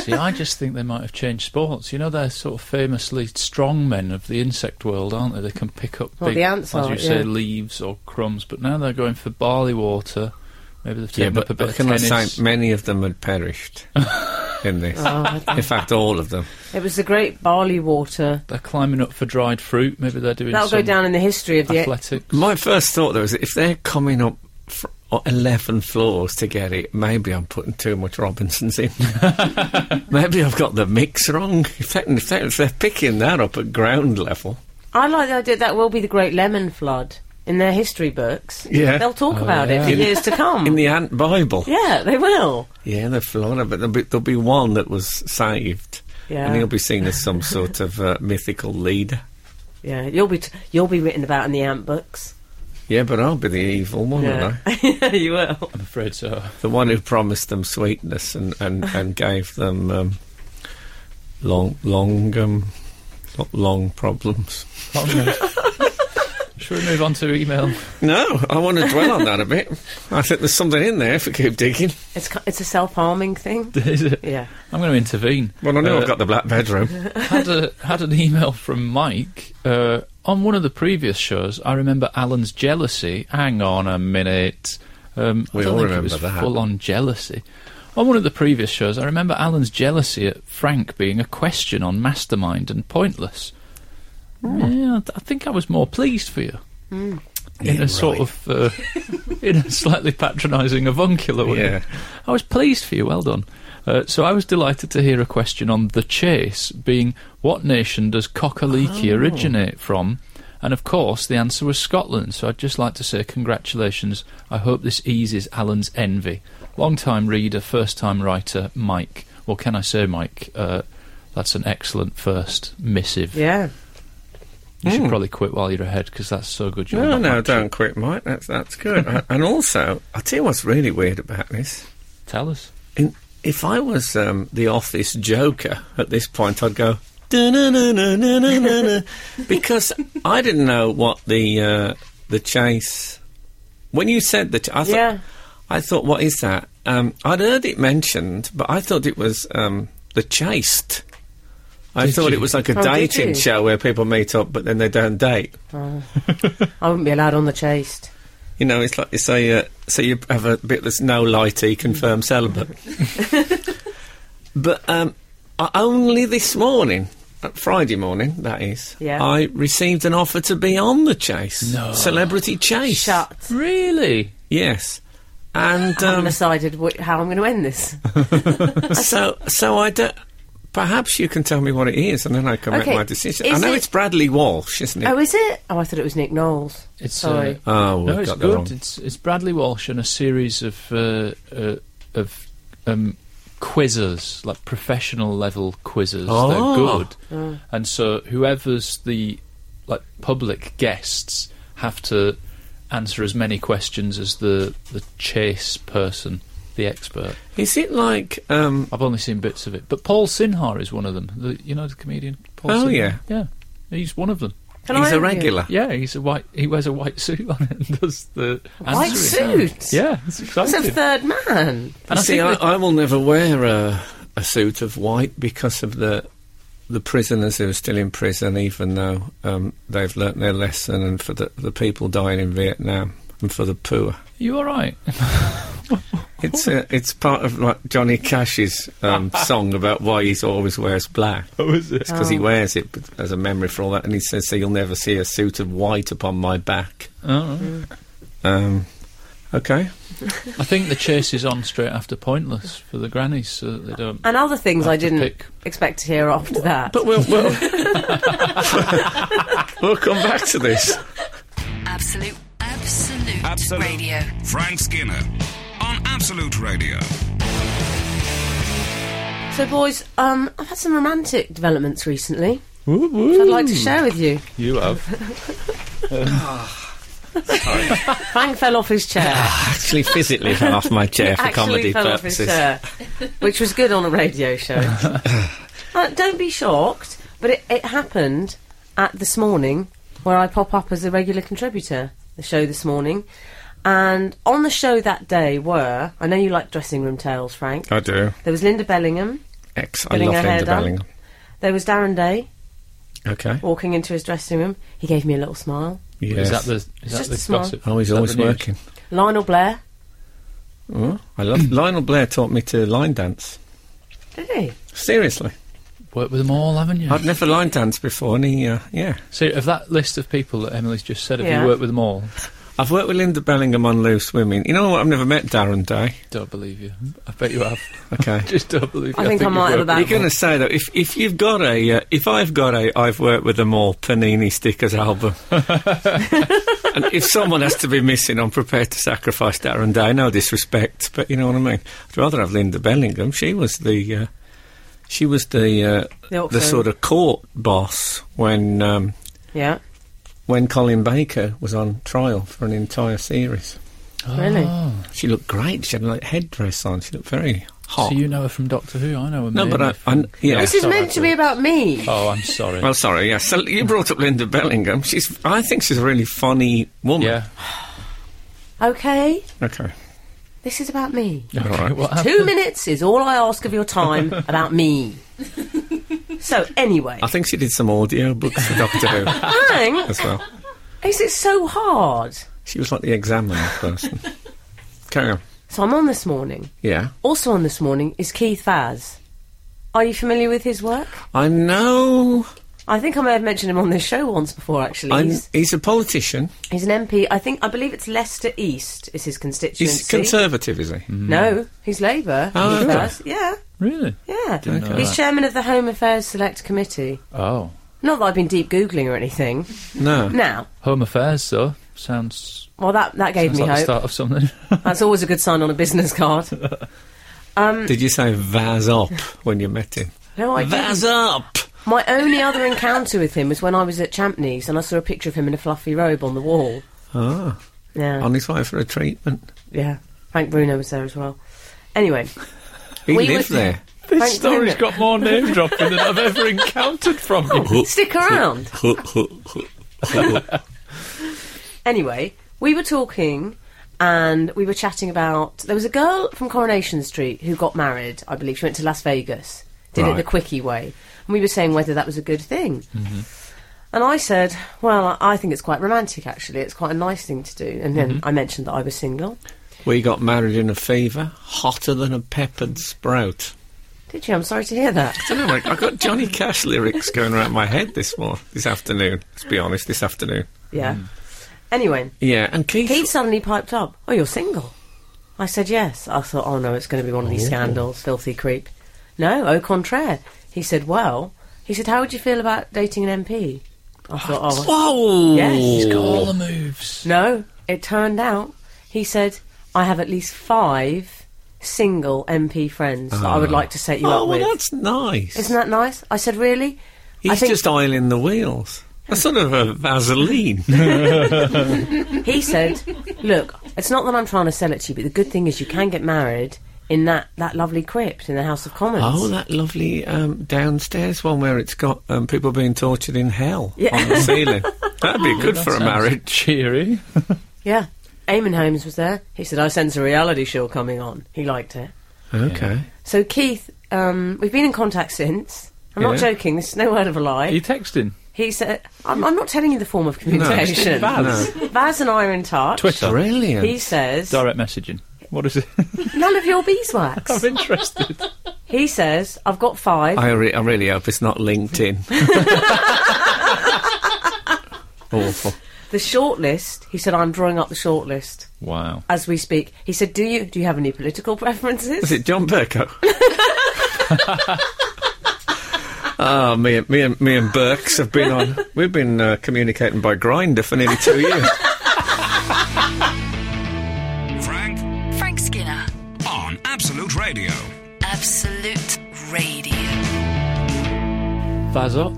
Speaker 4: See, I just think they might have changed sports. You know, they're sort of famously strong men of the insect world, aren't they? They can pick up
Speaker 3: Well,
Speaker 4: big,
Speaker 3: the ants
Speaker 4: as
Speaker 3: are,
Speaker 4: you say,
Speaker 3: yeah.
Speaker 4: leaves or crumbs. But now they're going for barley water. Maybe they've
Speaker 2: Yeah,
Speaker 4: taken
Speaker 2: but
Speaker 4: up a bit
Speaker 2: but
Speaker 4: of
Speaker 2: can I
Speaker 4: tennis.
Speaker 2: say many of them had perished in this?
Speaker 3: Oh.
Speaker 2: in fact, all of them.
Speaker 3: It was the great barley water.
Speaker 4: They're climbing up for dried fruit. Maybe they're doing
Speaker 3: That'll go
Speaker 4: some
Speaker 3: down in the history of the.
Speaker 4: athletics.
Speaker 2: My first thought though is if they're coming up. fr- or 11 floors to get it. Maybe I'm putting too much Robinsons in. Maybe I've got the mix wrong. If, they, if, they, if they're picking that up at ground level,
Speaker 3: I like the idea that will be the great lemon flood in their history books.
Speaker 2: Yeah.
Speaker 3: They'll talk about it
Speaker 4: yeah.
Speaker 3: for
Speaker 2: In-
Speaker 3: years to come.
Speaker 2: in the Ant Bible.
Speaker 3: Hmm. yeah, they will.
Speaker 2: Yeah, the Florida, but there'll be, there'll be one that was saved,
Speaker 3: Yeah.
Speaker 2: and he'll be seen as some sort of uh, mythical leader.
Speaker 3: Yeah, you'll be t- you'll be written about in the ant books.
Speaker 2: Yeah, but I'll be the evil one,
Speaker 3: Yeah,
Speaker 2: won't I?
Speaker 3: you will.
Speaker 4: I'm afraid so.
Speaker 2: The one who promised them sweetness and, and, and gave them um, long long um, not long problems.
Speaker 4: Should we move on to email?
Speaker 2: No, I want to dwell on that a bit. I think there's something in there if we keep digging.
Speaker 3: It's ki- it's a self harming thing.
Speaker 4: Is it?
Speaker 3: Yeah.
Speaker 4: I'm going to intervene.
Speaker 2: Well, I know
Speaker 4: Uh,
Speaker 2: I've got the black bedroom.
Speaker 4: had a had an email from Mike uh, on one of the previous shows. I remember Alan's jealousy. Hang on a minute. Um,
Speaker 2: We
Speaker 4: I don't
Speaker 2: all
Speaker 4: think
Speaker 2: remember
Speaker 4: it was
Speaker 2: that.
Speaker 4: Full on jealousy. On one of the previous shows, I remember Alan's jealousy at Frank being a question on Mastermind and Pointless. Yeah, I th- I think I was more pleased for you. In a sort of, uh, in a slightly patronising avuncular way.
Speaker 2: Yeah.
Speaker 4: I was pleased for you. Well done. Uh, so I was delighted to hear a question on the chase being what nation does cockaliki originate from? And of course, the answer was Scotland. So I'd just like to say congratulations. I hope this eases Alan's envy. Long-time reader, first-time writer, Mike. Well, can I say, Mike? Uh, that's an excellent first missive.
Speaker 3: Yeah.
Speaker 4: You should probably quit while you're ahead because that's so good. You're
Speaker 2: No,
Speaker 4: not
Speaker 2: no,
Speaker 4: much-
Speaker 2: don't quit, Mike. That's that's good. I, and also, I tell you what's really weird about this.
Speaker 4: Tell us.
Speaker 2: In, if I was um, the office joker at this point, I'd go. "Da-na-na-na-na-na-na," because I didn't know what the uh, the chase. When you said that, I thought,
Speaker 3: Yeah.
Speaker 2: I thought, what is that? Um, I'd heard it mentioned, but I thought it was um, the chaste. I
Speaker 4: Did
Speaker 2: thought
Speaker 4: you?
Speaker 2: it was like a
Speaker 3: Oh, did
Speaker 2: dating
Speaker 3: you?
Speaker 2: show where people meet up, but then they don't date.
Speaker 3: I wouldn't be allowed on the chased.
Speaker 2: You know, it's like you say, uh, so you have a bit that's no light E confirmed celibate. but um, I- only this morning, uh, Friday morning, that is,
Speaker 3: Yeah.
Speaker 2: I received an offer to be on the chase.
Speaker 4: No.
Speaker 2: Celebrity Chase.
Speaker 3: Shut.
Speaker 4: Really?
Speaker 2: Yes. And
Speaker 3: I haven't
Speaker 2: um,
Speaker 3: decided wh- how I'm going to end this.
Speaker 2: so, so I don't. Perhaps you can tell me what it is, and then I can
Speaker 3: Okay,
Speaker 2: make my decision. I
Speaker 3: is
Speaker 2: know
Speaker 3: it-
Speaker 2: it's Bradley Walsh, isn't it?
Speaker 3: Oh, is it? Oh, I thought it was Nick Knowles.
Speaker 4: It's
Speaker 3: Sorry.
Speaker 4: Uh,
Speaker 2: Oh, we've
Speaker 4: no, it's
Speaker 2: got that
Speaker 4: good.
Speaker 2: wrong.
Speaker 4: It's it's Bradley Walsh and a series of uh, uh, of um, quizzes, like professional level quizzes.
Speaker 2: Oh.
Speaker 4: They're good, and so whoever's the like public guests have to answer as many questions as the the chase person, the expert.
Speaker 2: Is it like um,
Speaker 4: I've only seen bits of it, but Paul Sinha is one of them. The you know the comedian. Paul
Speaker 2: Oh,
Speaker 4: Sinha?
Speaker 2: yeah.
Speaker 4: yeah, he's one of them.
Speaker 3: Can I
Speaker 2: He's a
Speaker 3: help you?
Speaker 2: regular.
Speaker 4: Yeah, he's a white. He wears a white suit on it and does the
Speaker 3: White
Speaker 4: answering.
Speaker 3: suit?
Speaker 4: Yeah, it's
Speaker 3: That's a
Speaker 4: exciting.
Speaker 3: third man.
Speaker 4: and I
Speaker 2: See,
Speaker 4: think
Speaker 2: I,
Speaker 4: that-
Speaker 2: I will never wear a, a suit of white because of the the prisoners who are still in prison, even though um, they've learnt their lesson, and for the, the people dying in Vietnam, and for the poor.
Speaker 4: you all right?
Speaker 2: It's
Speaker 4: Oh.
Speaker 2: uh, it's part of like Johnny Cash's um, song about why he always wears black.
Speaker 4: What was it?
Speaker 2: Because he wears it as a memory for all that, and he says, "So you'll never see a suit of white upon my back."
Speaker 4: All right.
Speaker 2: Um, okay.
Speaker 4: I think the chase is on straight after Pointless for the grannies, so that they don't.
Speaker 3: And other things I
Speaker 4: to
Speaker 3: didn't
Speaker 4: pick.
Speaker 3: expect to hear after that.
Speaker 2: But we'll we'll, we'll come back to this.
Speaker 1: Absolute, absolute,
Speaker 5: Absolute.
Speaker 1: radio.
Speaker 5: Frank Skinner on Absolute Radio.
Speaker 3: so, boys, um, I've had some romantic developments recently. which I'd like to share with you.
Speaker 4: You have.
Speaker 3: Frank fell off his chair.
Speaker 2: Actually, physically fell off my chair for
Speaker 3: Actually
Speaker 2: comedy
Speaker 3: fell
Speaker 2: purposes.
Speaker 3: off his chair, which was good on a radio show. Uh, don't be shocked, but it, it happened at this morning, where I pop up as a regular contributor. The show this morning, and on the show that day were I know you like dressing room tales, Frank.
Speaker 2: I do.
Speaker 3: There was Linda Bellingham.
Speaker 2: Ex. I
Speaker 3: Getting
Speaker 2: love
Speaker 3: her hair
Speaker 2: Linda
Speaker 3: done.
Speaker 2: Bellingham.
Speaker 3: There was Darren Day
Speaker 2: Okay.
Speaker 3: walking into his dressing room. He gave me a little smile.
Speaker 2: Yes.
Speaker 4: Oh, Is that the is
Speaker 3: just
Speaker 4: that
Speaker 3: a
Speaker 4: the
Speaker 3: small-
Speaker 4: gossip?
Speaker 2: Oh, he's
Speaker 4: Is that
Speaker 2: always
Speaker 4: the news?
Speaker 2: working.
Speaker 3: Lionel Blair.
Speaker 2: Oh, I love. Lionel Blair taught me to line dance.
Speaker 3: Did he?
Speaker 2: Seriously,
Speaker 4: Worked with them all, haven't you?
Speaker 2: I'd never line danced before, and he, uh, yeah.
Speaker 4: So, of that list of people that Emily's just said, have
Speaker 3: Yeah.
Speaker 4: you worked with them all?
Speaker 2: I've worked with Linda Bellingham on Loose Women. You know what? I've never met Darren Day.
Speaker 4: Don't believe you. I bet you have.
Speaker 2: Okay.
Speaker 4: just don't believe
Speaker 3: I
Speaker 4: you.
Speaker 3: think I
Speaker 4: you've
Speaker 3: might have
Speaker 4: worked-
Speaker 3: about-
Speaker 2: You're going to say that if if you've got a uh, if I've got a I've worked with them all Panini stickers album, and if someone has to be missing, I'm prepared to sacrifice Darren Day. No disrespect, but you know what I mean. I'd rather have Linda Bellingham. She was the uh, she was the uh,
Speaker 3: The
Speaker 2: the,
Speaker 3: Oxfam.
Speaker 2: sort of court boss when um,
Speaker 3: Yeah.
Speaker 2: when Colin Baker was on trial for an entire series.
Speaker 3: Really?
Speaker 2: She looked great. She had a like, headdress on. She looked very hot.
Speaker 4: Oh, So you know her from Doctor Who? I know her.
Speaker 2: no, but
Speaker 4: mainly
Speaker 2: I,
Speaker 4: from-
Speaker 2: I yeah.
Speaker 3: This is
Speaker 4: so
Speaker 3: meant to be about me.
Speaker 4: Oh, I'm sorry.
Speaker 2: Well, sorry, yes. So you brought up Linda Bellingham. She's, I think she's a really funny woman.
Speaker 4: yeah.
Speaker 3: Okay.
Speaker 2: Okay.
Speaker 3: This is about me.
Speaker 2: All right.
Speaker 4: What happened?
Speaker 3: Two minutes is all I ask of your time about me. so anyway,
Speaker 2: I think she did some audio books for Doctor Who
Speaker 3: Ang,
Speaker 2: as well.
Speaker 3: is it so hard?
Speaker 2: She was like the examiner person. Carry on.
Speaker 3: So I'm on this morning.
Speaker 2: Yeah.
Speaker 3: Also on this morning is Keith Faz. Are you familiar with his work?
Speaker 2: I know.
Speaker 3: I think I may have mentioned him on this show once before. Actually,
Speaker 2: I'm,
Speaker 3: he's,
Speaker 2: he's a politician.
Speaker 3: he's an MP. I think I believe it's Leicester East is his constituency. Mm.
Speaker 2: He's conservative, is he?
Speaker 3: No, he's Labour.
Speaker 2: Oh,
Speaker 3: Keith
Speaker 2: okay.
Speaker 3: Faz. Yeah,
Speaker 4: Really?
Speaker 3: yeah.
Speaker 4: know
Speaker 3: He's
Speaker 4: that.
Speaker 3: chairman of the Home Affairs Select Committee.
Speaker 4: Oh,
Speaker 3: Not that I've been deep googling or anything.
Speaker 2: No.
Speaker 3: Now,
Speaker 4: Home Affairs though sounds
Speaker 3: well, that that gave
Speaker 4: sounds
Speaker 3: me
Speaker 4: like the
Speaker 3: hope.
Speaker 4: start of something.
Speaker 3: That's always a good sign on a business card.
Speaker 2: Did you say Vaz up when you met him?
Speaker 3: No, I didn't.
Speaker 2: Vaz up!
Speaker 3: My only other encounter with him was when I was at Champneys and I saw a picture of him in a fluffy robe on the wall.
Speaker 2: Ah,
Speaker 3: Yeah,
Speaker 2: on his way for a treatment.
Speaker 3: yeah. Frank Bruno was there as well. Anyway,
Speaker 2: He
Speaker 3: We
Speaker 2: lived
Speaker 3: were-
Speaker 2: there.
Speaker 4: this
Speaker 3: Frank
Speaker 4: story's
Speaker 3: Bruno-
Speaker 4: got more name dropping than I've ever encountered from you.
Speaker 3: stick around. Anyway, we were talking and we were chatting about there was a girl from Coronation Street who got married. I believe she went to Las Vegas, did it
Speaker 2: Right. Mm-hmm.
Speaker 3: the quickie way, and we were saying whether that was a good thing. And I said, well, I I think it's quite romantic actually. It's quite a nice thing to do. And then
Speaker 2: Mm-hmm.
Speaker 3: I mentioned that I was single.
Speaker 2: We got married in a fever, hotter than a peppered sprout.
Speaker 3: Did you? I'm sorry to hear that.
Speaker 2: I don't know, like, I've got Johnny Cash lyrics going around my head this morning, this afternoon. Let's be honest, this afternoon.
Speaker 3: Yeah.
Speaker 2: Mm.
Speaker 3: Anyway,
Speaker 2: Yeah, and Keith.
Speaker 3: Keith suddenly piped up, Oh, you're single? I said yes. I thought, Oh, no, it's going to be one of these scandals, filthy creep. No, au contraire. He said, Well, he said, How would you feel about dating an MP? I thought, Oh,
Speaker 2: Whoa!
Speaker 3: Yes,
Speaker 4: He's got all the moves.
Speaker 3: no. It turned out, he said, I have at least five single MP friends that I would like to set you
Speaker 2: Oh,
Speaker 3: up
Speaker 2: well,
Speaker 3: with.
Speaker 2: that's nice.
Speaker 3: Isn't that nice? I said, Really? I
Speaker 2: He's
Speaker 3: think-
Speaker 2: just oiling the wheels. That's sort of a Vaseline.
Speaker 3: He said, Look, it's not that I'm trying to sell it to you, but the good thing is you can get married in that, that lovely crypt in the House of Commons.
Speaker 2: Oh, that lovely um, downstairs one where it's got um, people being tortured in hell
Speaker 3: Yeah.
Speaker 2: on the ceiling. That'd be good
Speaker 4: That
Speaker 2: for a
Speaker 4: sounds
Speaker 2: marriage.
Speaker 4: Cheery.
Speaker 3: Yeah. Eamon Holmes was there. He said, I sense a reality show coming on. He liked it.
Speaker 2: Okay.
Speaker 3: So, Keith, um, we've been in contact since. I'm not
Speaker 2: Yeah.
Speaker 3: joking, this is no word of a lie.
Speaker 4: Are you texting?
Speaker 3: He said, I'm, I'm not telling you the form of communication.
Speaker 2: Vaz.
Speaker 3: Vaz and I are in touch.
Speaker 4: Twitter.
Speaker 2: Brilliant.
Speaker 3: He says,
Speaker 4: Direct messaging. What is it?
Speaker 3: none of your beeswax.
Speaker 4: I'm interested.
Speaker 3: He says, I've got five.
Speaker 2: Oh, I, re- I really hope it's not LinkedIn. Awful.
Speaker 3: The shortlist, he said, I'm drawing up the shortlist
Speaker 4: Wow.
Speaker 3: as we speak. He said, Do you do you have any political preferences?
Speaker 2: Is it John Burko? Ah, me and me and me and Burks have been on. We've been uh, communicating by grinder for nearly two years.
Speaker 5: Frank
Speaker 1: Frank Skinner,
Speaker 5: on Absolute Radio.
Speaker 1: Absolute Radio.
Speaker 4: Buzz up.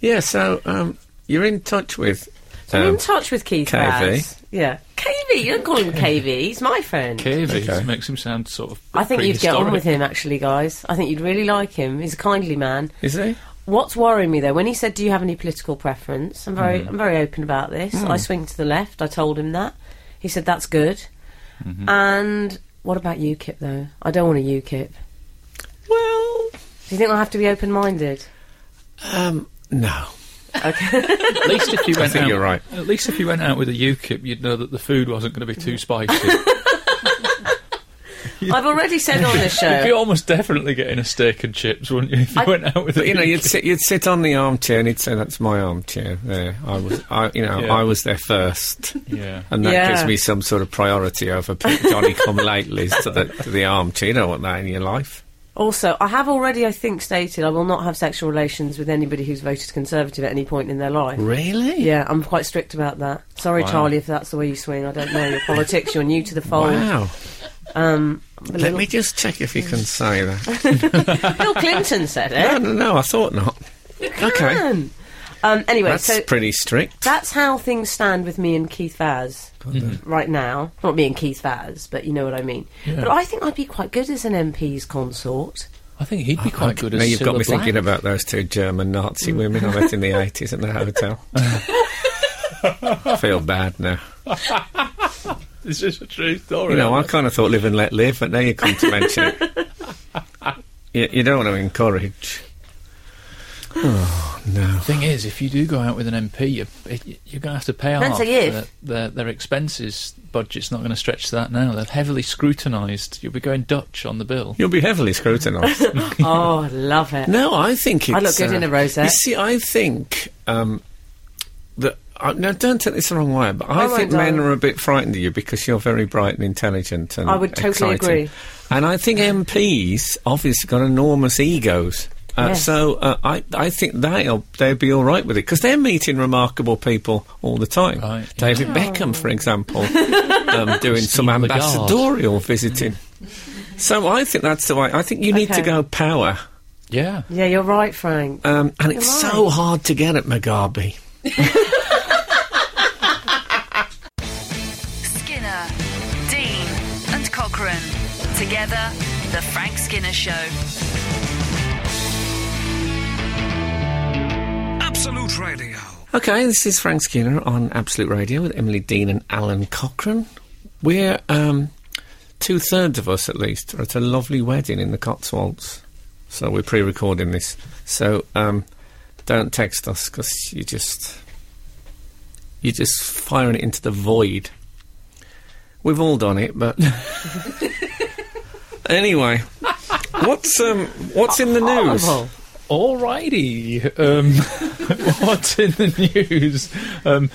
Speaker 2: Yeah, so um, you're in touch with.
Speaker 3: I'm in
Speaker 2: um,
Speaker 3: touch with Keith
Speaker 2: KV.
Speaker 3: Vaz. Yeah. KV, you don't call him KV, he's my friend.
Speaker 4: Cavey.
Speaker 2: Okay.
Speaker 4: Makes him sound sort of.
Speaker 3: I think you'd get on
Speaker 4: prehistoric.
Speaker 3: with him, actually, guys. I think you'd really like him. He's a kindly man.
Speaker 2: is he?
Speaker 3: What's worrying me though, when he said, "Do you have any political preference?" I'm
Speaker 2: Mm-hmm.
Speaker 3: very, I'm very open about this.
Speaker 2: Mm.
Speaker 3: I swing to the left. I told him that. He said, "That's good."
Speaker 2: Mm-hmm.
Speaker 3: And what about UKIP though? I don't want a UKIP.
Speaker 2: Well,
Speaker 3: Do you think I'll have to be open-minded?
Speaker 2: um, no.
Speaker 4: At least if you went
Speaker 2: think
Speaker 4: out,
Speaker 2: you're right.
Speaker 4: At least if you went out with a UKIP, you'd know that the food wasn't going to be too spicy.
Speaker 3: I've already said on this
Speaker 4: You'd be
Speaker 3: show.
Speaker 4: almost definitely getting a steak and chips, wouldn't you? If you
Speaker 3: I-
Speaker 4: went out with a
Speaker 2: But you know,
Speaker 4: UKIP.
Speaker 2: you'd sit, you'd sit on the armchair and he'd say, "That's my armchair." There, I was, I, you know,
Speaker 4: Yeah.
Speaker 2: I was there first,
Speaker 4: Yeah.
Speaker 2: and that
Speaker 3: Yeah.
Speaker 2: gives me some sort of priority over p- Johnny Come Latelys to the to the armchair. You don't want that in your life.
Speaker 3: Also, I have already, I think, stated I will not have sexual relations with anybody who's voted Conservative at any point in their life.
Speaker 2: Really?
Speaker 3: Yeah, I'm quite strict about that. Sorry,
Speaker 4: Wow.
Speaker 3: Charlie, if that's the way you swing. I don't know your politics. You're new to the fold.
Speaker 2: Wow.
Speaker 3: Um,
Speaker 2: Let
Speaker 3: the little- Uh-huh.
Speaker 2: me just check if you can say that.
Speaker 3: Bill Clinton said it.
Speaker 2: no, no, no, I thought not. Okay,
Speaker 3: can. Um, anyway,
Speaker 2: that's
Speaker 3: Ah, so
Speaker 2: pretty strict.
Speaker 3: that's how things stand with me and Keith Vaz Mm-hmm. right now. Not me and Keith Vaz, but you know what I mean. But I think I'd be quite good as an MP's consort.
Speaker 4: I think he'd be quite good.
Speaker 2: now
Speaker 4: as
Speaker 2: you've got
Speaker 4: Cilla
Speaker 2: me
Speaker 4: Black.
Speaker 2: thinking about those two German
Speaker 3: Mm.
Speaker 2: Nazi women I met in the eighties in the hotel. Feel bad now.
Speaker 4: This is a true story.
Speaker 2: You know, I kind of thought live and let live, but now you come to mention it. You, you don't want to encourage. Oh, no.
Speaker 4: thing is, if you do go out with an MP, you, you're going to have to pay
Speaker 3: Depends
Speaker 4: off
Speaker 3: a year.
Speaker 4: their, their, their expenses. Budget's not going to stretch to that now. They're heavily scrutinised. You'll be going Dutch on the bill.
Speaker 2: You'll be heavily scrutinised.
Speaker 3: oh, I love it.
Speaker 2: no, I think it's. uh,
Speaker 3: I look good in a rosette.
Speaker 2: You see, I think um, that. Uh, now, don't take this the wrong way, but I,
Speaker 3: I won't,
Speaker 2: think men
Speaker 3: darling.
Speaker 2: are a bit frightened of you because you're very bright and intelligent. And
Speaker 3: I would totally
Speaker 2: exciting.
Speaker 3: agree.
Speaker 2: And I think MPs obviously got enormous egos. Uh,
Speaker 3: Yes.
Speaker 2: So uh, I, I think they'll they'll be all right with it because they're meeting remarkable people all the time.
Speaker 4: Right, yeah.
Speaker 2: David
Speaker 3: Oh.
Speaker 2: Beckham, for example, um, doing some
Speaker 4: Lagarde.
Speaker 2: ambassadorial visiting. So I think that's the way. I think you need to
Speaker 3: Okay.
Speaker 2: go power,
Speaker 4: Yeah.
Speaker 3: Yeah, you're right, Frank.
Speaker 2: um, and it's
Speaker 3: You're
Speaker 2: so hard to get at Mugabe.
Speaker 1: Skinner, Dean, and Cochrane. Together, The Frank Skinner Show.
Speaker 5: Absolute Radio.
Speaker 2: Okay, this is Frank Skinner on Absolute Radio with Emily Dean and Alan Cochrane. We're um, two thirds of us, at least, are at a lovely wedding in the Cotswolds, so we're pre-recording this. So um, don't text us because you just you're just firing it into the void. We've all done it, but anyway, what's um, what's in the news?
Speaker 3: Horrible.
Speaker 4: Alrighty. Um, what's in the news? Um,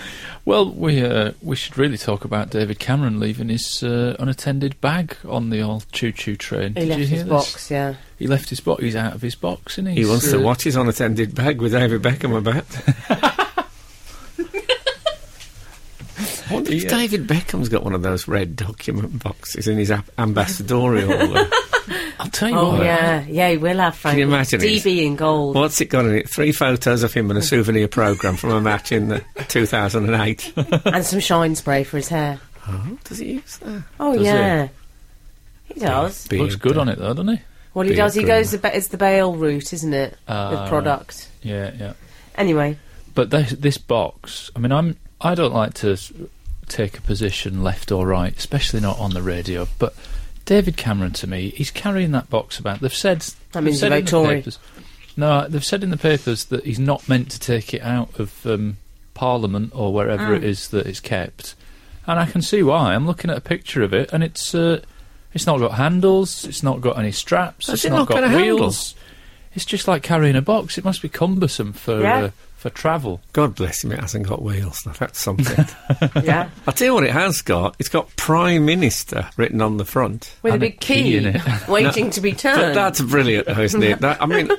Speaker 4: well, we uh, we should really talk about David Cameron leaving his uh, unattended bag on the old choo-choo train.
Speaker 3: He
Speaker 4: Did
Speaker 3: left
Speaker 4: you hear
Speaker 3: his
Speaker 4: this?
Speaker 3: box, yeah.
Speaker 4: He left his box. He's out of his box, isn't he?
Speaker 2: He wants to
Speaker 4: watch.
Speaker 2: watch his unattended bag with David Beckham about. I wonder if
Speaker 4: Yeah.
Speaker 2: David Beckham's got one of those red document boxes in his ab- ambassadorial. uh,
Speaker 4: I'll tell you
Speaker 3: Oh,
Speaker 4: what.
Speaker 3: yeah. Yeah, he will have, Frank.
Speaker 2: you imagine it?
Speaker 3: DB in gold.
Speaker 2: what's it got in it? Three photos of him and a souvenir programme from a match in the 2008.
Speaker 3: and some shine spray for his hair.
Speaker 2: Oh, does he use that?
Speaker 3: Oh,
Speaker 4: Does he?
Speaker 3: yeah. He does.
Speaker 2: Be
Speaker 4: Looks
Speaker 2: a
Speaker 4: good
Speaker 2: bit-
Speaker 4: on it though, doesn't he?
Speaker 3: Well, he
Speaker 2: Beer
Speaker 3: does. He
Speaker 2: good.
Speaker 3: goes. The, ba- it's the bale route, isn't it?
Speaker 4: Ah,
Speaker 3: the product.
Speaker 4: Yeah, yeah.
Speaker 3: Anyway,
Speaker 4: But this, this box, I mean, I'm I don't like to s- take a position left or right, especially not on the radio. But David Cameron, to me, he's carrying that box about. They've said
Speaker 3: That
Speaker 4: they've
Speaker 3: means
Speaker 4: said
Speaker 3: you're
Speaker 4: in the
Speaker 3: Tory.
Speaker 4: papers- No, they've said in the papers that he's not meant to take it out of um, Parliament or wherever it is that it's kept, and I can see why. I'm looking at a picture of it, and it's uh, it's not got handles, it's not got any straps,
Speaker 2: Has
Speaker 4: it's
Speaker 2: it
Speaker 4: not
Speaker 2: not
Speaker 4: got
Speaker 2: got a handle?
Speaker 4: wheels. It's just like carrying a box. It must be cumbersome for
Speaker 3: Yeah.
Speaker 4: uh, for travel.
Speaker 2: God bless him, it hasn't got wheels. Now, that's something.
Speaker 3: yeah,
Speaker 2: I'll tell you what it has got. It's got Prime Minister written on the front.
Speaker 3: with a
Speaker 4: And a
Speaker 3: big key,
Speaker 4: key in it.
Speaker 3: waiting to be
Speaker 4: Um.
Speaker 2: But
Speaker 3: turned.
Speaker 2: that's brilliant, though, isn't it? That, I mean,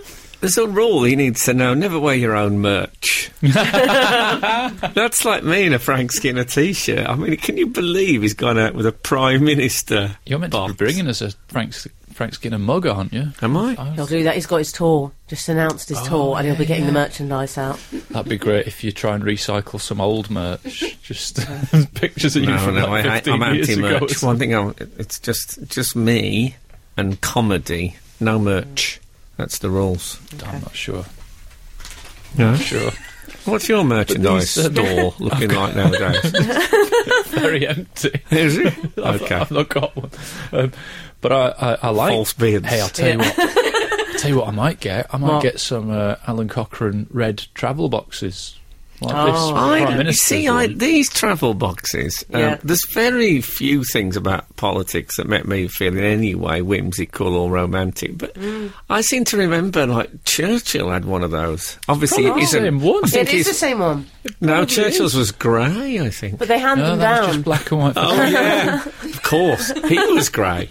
Speaker 2: there's a rule he needs to know never wear your own merch. that's like me in a Frank Skinner t shirt. I mean, can you believe he's gone out with a Prime Minister?
Speaker 4: You're meant
Speaker 2: box?
Speaker 4: to be bringing us a Frank, S- Frank Skinner mug, aren't you?
Speaker 2: Am I?
Speaker 4: I-
Speaker 3: He'll do that. He's got his tour. Just announced his tour, and he'll be
Speaker 4: Oh, yeah,
Speaker 3: getting the
Speaker 4: yeah.
Speaker 3: merchandise out.
Speaker 4: That'd be great if you try and recycle some old merch. Just pictures of you
Speaker 2: No,
Speaker 4: from
Speaker 2: no,
Speaker 4: like
Speaker 2: I,
Speaker 4: 15
Speaker 2: am
Speaker 4: years ago.
Speaker 2: anti-merch. One thing, I'm, it's just just me and comedy, no merch. That's the rules.
Speaker 4: I'm not sure.
Speaker 2: No.
Speaker 4: Sure.
Speaker 2: What's your merchandise
Speaker 4: But these, uh,
Speaker 2: store looking like nowadays?
Speaker 4: Very empty.
Speaker 2: Is it?
Speaker 4: I've,
Speaker 2: Okay.
Speaker 4: I've not got one. Um, but I, I, I like.
Speaker 2: False beards.
Speaker 4: Hey, I'll tell you what. I'll tell you what I might get. I might
Speaker 3: What?
Speaker 4: get some uh, Alan Cochrane red travel boxes. Like
Speaker 3: Oh,
Speaker 4: this.
Speaker 2: I,
Speaker 4: Prime
Speaker 2: you
Speaker 4: Minister's
Speaker 2: see, I,
Speaker 4: one.
Speaker 2: these travel boxes. Um,
Speaker 3: Yeah.
Speaker 2: There's very few things about politics that make me feel in any way whimsical or romantic. But I seem to remember, like Churchill had one of those. Obviously, it
Speaker 4: Probably
Speaker 2: isn't.
Speaker 4: the same one.
Speaker 2: I
Speaker 4: Yeah,
Speaker 2: think
Speaker 3: it is the
Speaker 2: he's-
Speaker 3: same one,
Speaker 2: no,
Speaker 4: Probably
Speaker 2: Churchill's
Speaker 4: is.
Speaker 2: was grey. I think.
Speaker 3: but they hand
Speaker 4: No,
Speaker 3: them
Speaker 4: that was
Speaker 3: down.
Speaker 4: just black and white.
Speaker 2: Oh yeah, of course. He was great.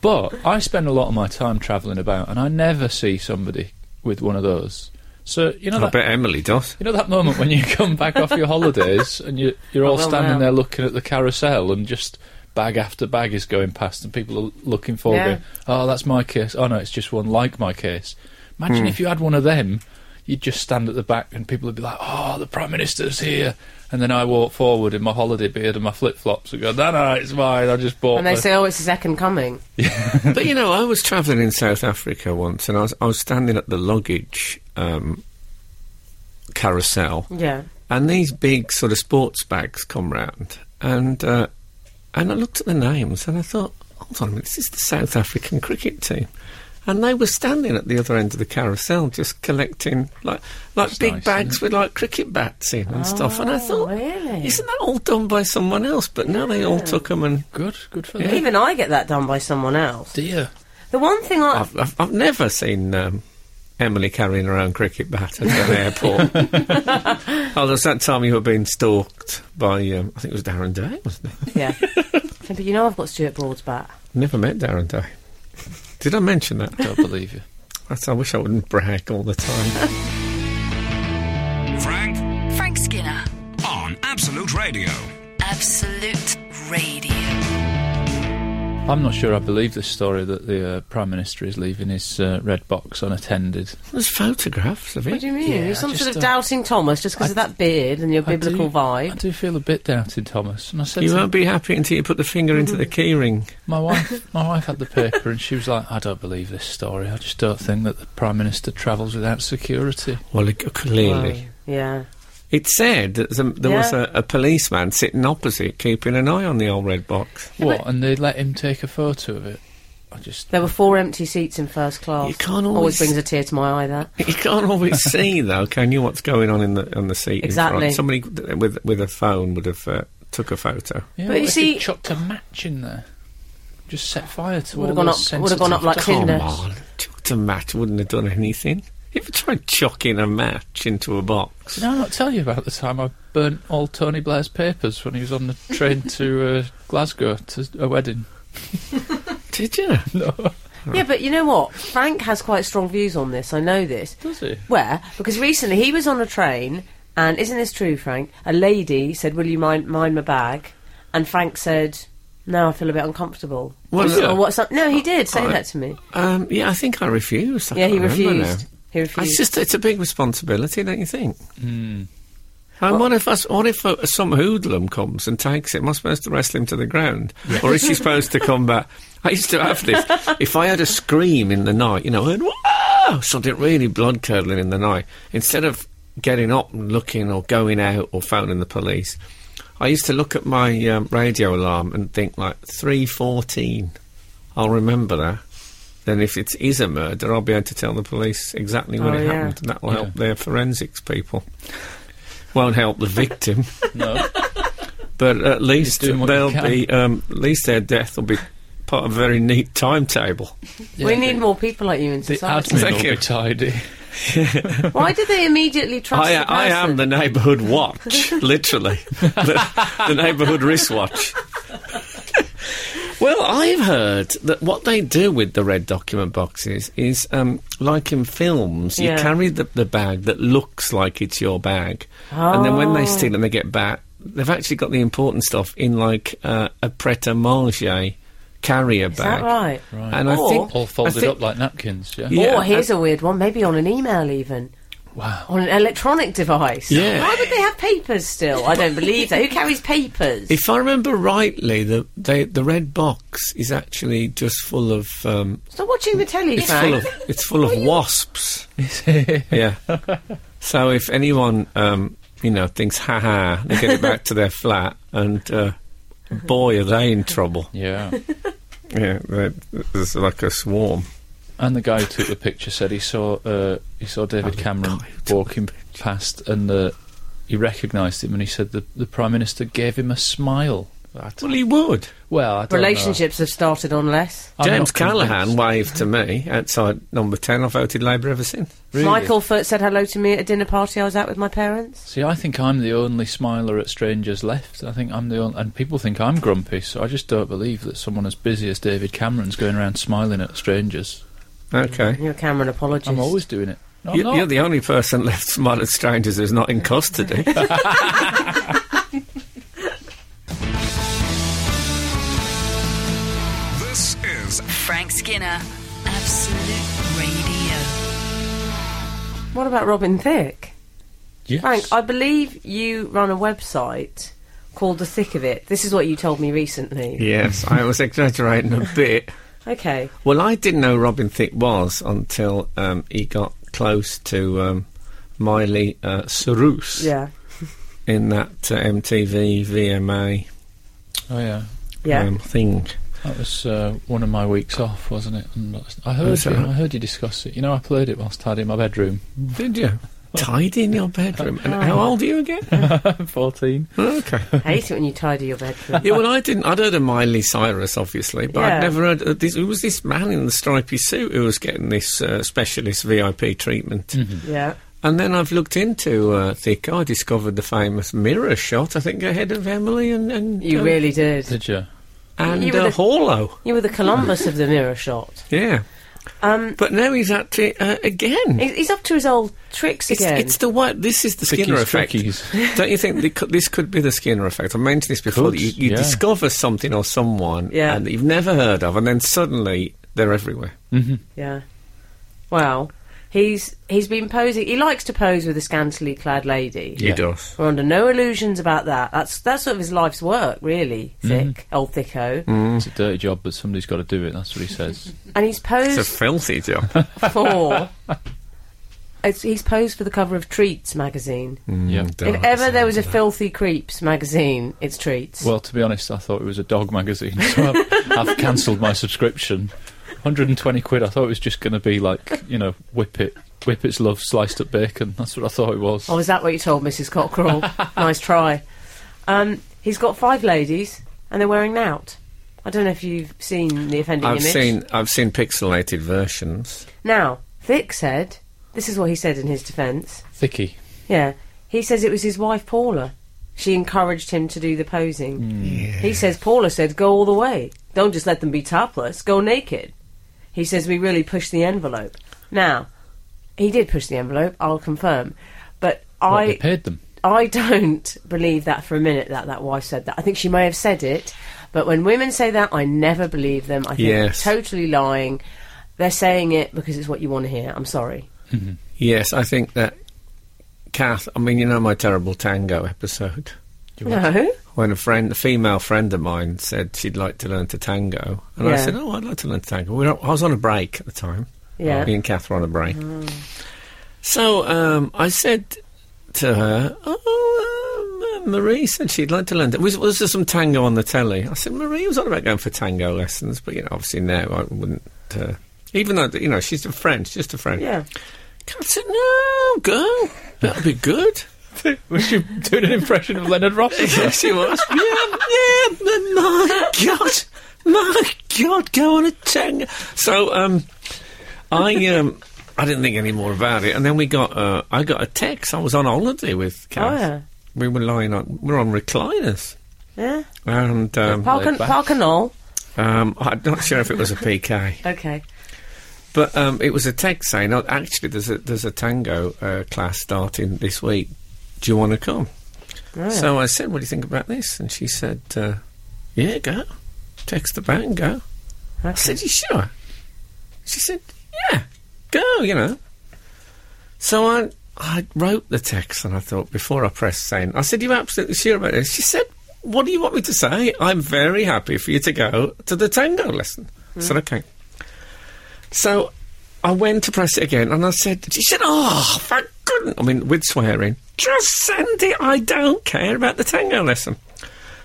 Speaker 4: But I spend a lot of my time travelling about, and I never see somebody with one of those. So you know
Speaker 2: I
Speaker 4: that
Speaker 2: bet Emily does.
Speaker 4: you know that moment when you come back off your holidays and you, you're all
Speaker 3: will
Speaker 4: standing
Speaker 3: now.
Speaker 4: there looking at the carousel and just bag after bag is going past and people are looking forward.
Speaker 3: Yeah.
Speaker 4: Going, oh, that's my case. Oh no, it's just one like my case. Imagine if you had one of them. You'd just stand at the back and people would be like, "Oh, the prime minister's here," and then I walk forward in my holiday beard and my flip flops and go, "No, no, it's mine. I just bought."
Speaker 3: and they
Speaker 4: the-
Speaker 3: say, "Oh, it's the second coming."
Speaker 2: But you know, I was travelling in South Africa once, and I was I was standing at the luggage um, carousel,
Speaker 3: Yeah,
Speaker 2: and these big sort of sports bags come round, and uh, and I looked at the names, and I thought, hold on a minute, this is the South African cricket team. And they were standing at the other end of the carousel, just collecting like like
Speaker 4: That's
Speaker 2: big
Speaker 4: nice,
Speaker 2: bags
Speaker 4: isn't
Speaker 2: with like cricket bats in and stuff. And I thought,
Speaker 3: really?
Speaker 2: isn't that all done by someone else? But now they all took them, and
Speaker 4: good, good for them.
Speaker 3: Even I get that done by someone else.
Speaker 4: Dear.
Speaker 3: The one thing I
Speaker 2: I've, I've, I've never seen um, Emily carrying her own cricket bat at an airport. oh, there's that time you were being stalked by, um, I think it was Darren Day, wasn't it?
Speaker 3: yeah, but you know I've got Stuart Broad's back.
Speaker 2: Never met Darren Day. Did I mention that?
Speaker 4: Don't believe you.
Speaker 2: That's, I wish I wouldn't brag all the time.
Speaker 5: Frank
Speaker 1: Frank Skinner,
Speaker 5: on Absolute Radio.
Speaker 1: Absolute Radio.
Speaker 4: I'm not sure I believe this story that the uh, Prime Minister is leaving his uh, red box unattended.
Speaker 2: There's photographs of
Speaker 3: What do
Speaker 2: it.
Speaker 3: you mean?
Speaker 4: Yeah,
Speaker 3: You're
Speaker 4: I
Speaker 3: some
Speaker 4: just
Speaker 3: sort of
Speaker 4: don't-
Speaker 3: doubting Thomas just because of that beard and your
Speaker 4: I
Speaker 3: biblical
Speaker 4: do- I
Speaker 3: vibe.
Speaker 4: do feel a bit doubted, Thomas. And I said
Speaker 2: You
Speaker 4: to
Speaker 2: won't be happy until you put the finger into
Speaker 3: Mm.
Speaker 2: the keyring.
Speaker 4: my wife, my wife had the paper, and she was like, "I don't believe this story. I just don't think that the Prime Minister travels without security."
Speaker 2: Well, it, clearly.
Speaker 3: Yeah.
Speaker 2: It said that the, there was
Speaker 3: Yeah.
Speaker 2: a, a policeman sitting opposite, keeping an eye on the old red box.
Speaker 4: what? And they let him take a photo of it. I just
Speaker 3: There were four empty seats in first class.
Speaker 2: You can't
Speaker 3: always
Speaker 2: always-
Speaker 3: brings a tear to my eye. That
Speaker 2: You can't always see, though, can you? What's going on in the on the seat? in
Speaker 3: Exactly.
Speaker 2: front. Somebody th- with with a phone would have uh, took a photo.
Speaker 4: yeah,
Speaker 3: But
Speaker 4: what
Speaker 3: you
Speaker 4: if
Speaker 3: see-
Speaker 4: he chucked a match in there. Just set fire to
Speaker 3: Would've
Speaker 4: all
Speaker 3: gone
Speaker 4: those
Speaker 3: up- would've gone up
Speaker 4: sensitive
Speaker 3: like Tinder.
Speaker 4: documents.
Speaker 2: Come on, chucked a match wouldn't have done anything. You ever tried chucking a match into a box?
Speaker 4: Did I not tell you about the time I burnt all Tony Blair's papers when he was on the train to uh, Glasgow to a wedding?
Speaker 2: Did you?
Speaker 3: yeah, but you know what? Frank has quite strong views on this. I know this.
Speaker 4: Does he?
Speaker 3: Where? Because recently he was on a train, and isn't this true, Frank? A lady said, "Will you mind mind my bag?" And Frank said, "No, I feel a bit uncomfortable."
Speaker 2: Well,
Speaker 3: Or
Speaker 2: yeah.
Speaker 3: what's up? No, he did say
Speaker 2: I-
Speaker 3: that to me.
Speaker 2: Um, yeah, I think I refused. I
Speaker 3: Yeah, he
Speaker 2: can't remember now.
Speaker 3: refused. He refused.
Speaker 2: It's just it's a big responsibility, don't you think? And what if us, what if uh, some hoodlum comes and takes it? Am I supposed to wrestle him to the ground, or is he supposed to come back? I used to have this. if I had a scream in the night, you know, and wow, something really blood curdling in the night, instead of getting up and looking or going out or phoning the police, I used to look at my um, radio alarm and think like three fourteen. I'll remember that. Then, if it is a murder, I'll be able to tell the police exactly when
Speaker 3: Oh,
Speaker 2: it
Speaker 3: yeah.
Speaker 2: happened, and that will
Speaker 4: Yeah.
Speaker 2: help their forensics people won't help the victim,
Speaker 4: No.
Speaker 2: but at least
Speaker 4: doing what you
Speaker 2: they'll
Speaker 4: can.
Speaker 2: be um, at least their death will be part of a very neat timetable.
Speaker 3: we
Speaker 4: Yeah,
Speaker 3: need
Speaker 4: the-
Speaker 3: more people like you in
Speaker 4: The
Speaker 3: society.
Speaker 4: admin
Speaker 2: Thank
Speaker 4: will
Speaker 2: you.
Speaker 4: be tidy.
Speaker 3: Why do they immediately trust
Speaker 2: I,
Speaker 3: the person?
Speaker 2: I am the neighbourhood watch, literally, the, the neighbourhood wristwatch. well, I've heard that what they do with the red document boxes is, um, like in films, you
Speaker 3: Yeah.
Speaker 2: carry the, the bag that looks like it's your bag, and then when they steal and they get back, they've actually got the important stuff in like uh, a pret-a-manger carrier
Speaker 3: Is that
Speaker 2: bag.
Speaker 3: right?
Speaker 2: And I
Speaker 3: Or-
Speaker 2: think
Speaker 4: All folded
Speaker 2: I think-
Speaker 4: up like napkins. Yeah.
Speaker 2: Yeah,
Speaker 3: or Oh, here's
Speaker 2: I-
Speaker 3: a weird one, maybe on an email even.
Speaker 4: Wow.
Speaker 3: On an electronic device.
Speaker 2: Yeah.
Speaker 3: Why would they have papers still? I don't believe that. Who carries papers?
Speaker 2: If I remember rightly, the they, the red box is actually just full of um,
Speaker 3: Stop watching the telly,
Speaker 2: it's
Speaker 3: Frank.
Speaker 2: full of it's full of wasps. yeah. So if anyone um, you know thinks ha ha, they get it back to their flat, and uh, boy are they in trouble.
Speaker 4: Yeah.
Speaker 2: Yeah, they- there's like a swarm.
Speaker 4: And the guy who took the picture said he saw uh, he saw David Cameron
Speaker 2: guy who took
Speaker 4: walking past, and uh, he recognised him, and he said the the prime minister gave him a smile. I d-
Speaker 2: Well, he would.
Speaker 4: Well, I don't
Speaker 3: Relationships have started on less.
Speaker 4: know. I'm
Speaker 2: James
Speaker 4: not convinced.
Speaker 2: Callaghan waved to me outside number ten. I voted Labour ever since.
Speaker 4: Really?
Speaker 3: Michael Foot said hello to me at a dinner party I was at with my parents.
Speaker 4: See, I think I'm the only smiler at strangers left. I think I'm the only, and people think I'm grumpy. So I just don't believe that someone as busy as David Cameron's going around smiling at strangers.
Speaker 2: Okay.
Speaker 3: You're a Cameron apologist.
Speaker 4: I'm always doing it. No, I'm
Speaker 2: You-
Speaker 4: not.
Speaker 2: You're the only person left smart at strangers who's not in custody.
Speaker 5: This is
Speaker 1: Frank Skinner, Absolute Radio.
Speaker 3: What about Robin Thicke?
Speaker 4: Yes.
Speaker 3: Frank, I believe you run a website called The Thick of It. This is what you told me recently.
Speaker 2: yes, I was exaggerating a bit.
Speaker 3: Okay.
Speaker 2: Well, I didn't know Robin Thicke was until um, he got close to um, Miley uh, Cyrus
Speaker 3: Yeah.
Speaker 2: in that uh, MTV VMA
Speaker 4: Oh yeah.
Speaker 3: Yeah.
Speaker 2: um, thing.
Speaker 4: That was uh, one of my weeks off, wasn't it? And I heard
Speaker 2: Was
Speaker 4: you.
Speaker 2: that right?
Speaker 4: I heard you discuss it. You know, I played it whilst tidying my bedroom.
Speaker 2: Did you? Tidy in your bedroom. And how
Speaker 3: Oh.
Speaker 2: old are you again?
Speaker 4: I'm 14.
Speaker 2: okay.
Speaker 3: I hate it when you tidy your bedroom.
Speaker 2: Yeah, well, I didn't. I'd heard of Miley Cyrus, obviously, but
Speaker 3: Yeah.
Speaker 2: I'd never heard. Of this, who was this man in the stripy suit who was getting this uh, specialist VIP treatment?
Speaker 3: yeah.
Speaker 2: And then I've looked into uh, Thicke. I discovered the famous mirror shot. I think ahead of Emily and and
Speaker 3: You
Speaker 2: uh,
Speaker 3: really did.
Speaker 4: Did you?
Speaker 2: and
Speaker 3: You were
Speaker 2: uh,
Speaker 3: the-
Speaker 2: Horlow.
Speaker 3: You were the Columbus of the mirror shot.
Speaker 2: Yeah.
Speaker 3: Um,
Speaker 2: But now he's at it uh, again.
Speaker 3: he- he's up to his old tricks
Speaker 2: It's,
Speaker 3: again.
Speaker 2: it's the white. This is the
Speaker 4: Thickies,
Speaker 2: Skinner effect.
Speaker 4: trickies.
Speaker 2: Don't you think they could, this could be the Skinner effect? I mentioned this before. that
Speaker 4: Could,
Speaker 2: you you
Speaker 4: yeah.
Speaker 2: discover something or someone
Speaker 3: Yeah.
Speaker 2: and that you've never heard of, and then suddenly they're everywhere.
Speaker 3: Yeah. Wow. He's he's been posing. He likes to pose with a scantily clad lady.
Speaker 2: He does.
Speaker 3: We're under no illusions about that. That's that's sort of his life's work, really.
Speaker 2: Mm-hmm.
Speaker 3: Thick, old Thicko,
Speaker 2: Mm.
Speaker 4: It's a dirty job, but somebody's got to do it. That's what he says.
Speaker 3: and he's
Speaker 2: It's a
Speaker 3: posed
Speaker 2: filthy job.
Speaker 3: for. It's, he's posed for the cover of Treats magazine.
Speaker 2: Mm,
Speaker 4: yeah.
Speaker 3: if ever there was a filthy creeps magazine, it's Treats.
Speaker 4: Well, to be honest, I thought it was a dog magazine, so I've, I've cancelled my subscription. 120 quid. I thought it was just going to be like you know, whip it, whip its love, sliced up bacon. That's what I thought it was.
Speaker 3: Oh, is that what you told Mrs. Cockerell? nice try. Um, he's got five ladies, and they're wearing out. I don't know if you've seen the offending
Speaker 2: I've
Speaker 3: image.
Speaker 2: seen I've seen pixelated versions.
Speaker 3: Now, Vic said, this is what he said in his defence.
Speaker 4: Thicky.
Speaker 3: Yeah. He says it was his wife, Paula. She encouraged him to do the posing. He says Paula said, go all the way. Don't just let them be topless, go naked. He says we really pushed the envelope. Now, he did push the envelope, I'll confirm. But
Speaker 4: What,
Speaker 3: I.
Speaker 4: they paid them.
Speaker 3: I don't believe that for a minute that that wife said that. I think she may have said it, but when women say that, I never believe them. I think
Speaker 2: Yes.
Speaker 3: they're totally lying. They're saying it because it's what you want to hear. I'm sorry.
Speaker 2: Yes, I think that Kath, I mean, you know my terrible tango episode.
Speaker 3: No.
Speaker 2: When a friend, a female friend of mine, said she'd like to learn to tango, and I
Speaker 3: Yeah.
Speaker 2: said, "Oh, I'd like to learn to tango." We were, I was on a break at the time.
Speaker 3: Yeah. Mm.
Speaker 2: me and Kath were on a break. So um, I said to her, "Oh, um, uh, Marie said she'd like to learn. To, was, was there some tango on the telly?" I said, "Marie was on about going for tango lessons, but you know, obviously now I wouldn't." Uh, even though you know she's a friend, she's just a friend.
Speaker 3: Yeah.
Speaker 2: Kath said, "No, go. That'll be good."
Speaker 4: Was she doing an impression of Leonard Rossiter?
Speaker 2: Yes, he was. yeah, yeah, m- my God, my God, go on a tango. So, um, I, um, I didn't think any more about it, and then we got, uh, I got a text. I was on holiday with Kath.
Speaker 3: Oh, yeah.
Speaker 2: We were lying on, we were on recliners,
Speaker 3: Yeah.
Speaker 2: and um,
Speaker 3: Park and,
Speaker 4: back.
Speaker 3: Park and all.
Speaker 2: um, I'm not sure if it was a PK.
Speaker 3: Okay.
Speaker 2: But um, it was a text saying, oh, actually, there's a, there's a tango uh, class starting this week. Do you want to come? So I said, what do you think about this? And she said, uh, yeah, go. Text the band, go. I said, you sure? She said, yeah, go, you know. So I, I wrote the text and I thought, before I pressed send, I said, you absolutely sure about this? She said, what do you want me to say? I'm very happy for you to go to the tango lesson. I said, okay. So I went to press it again and I said, she said, oh, thank goodness. I mean, with swearing, just send it. I don't care about the tango lesson.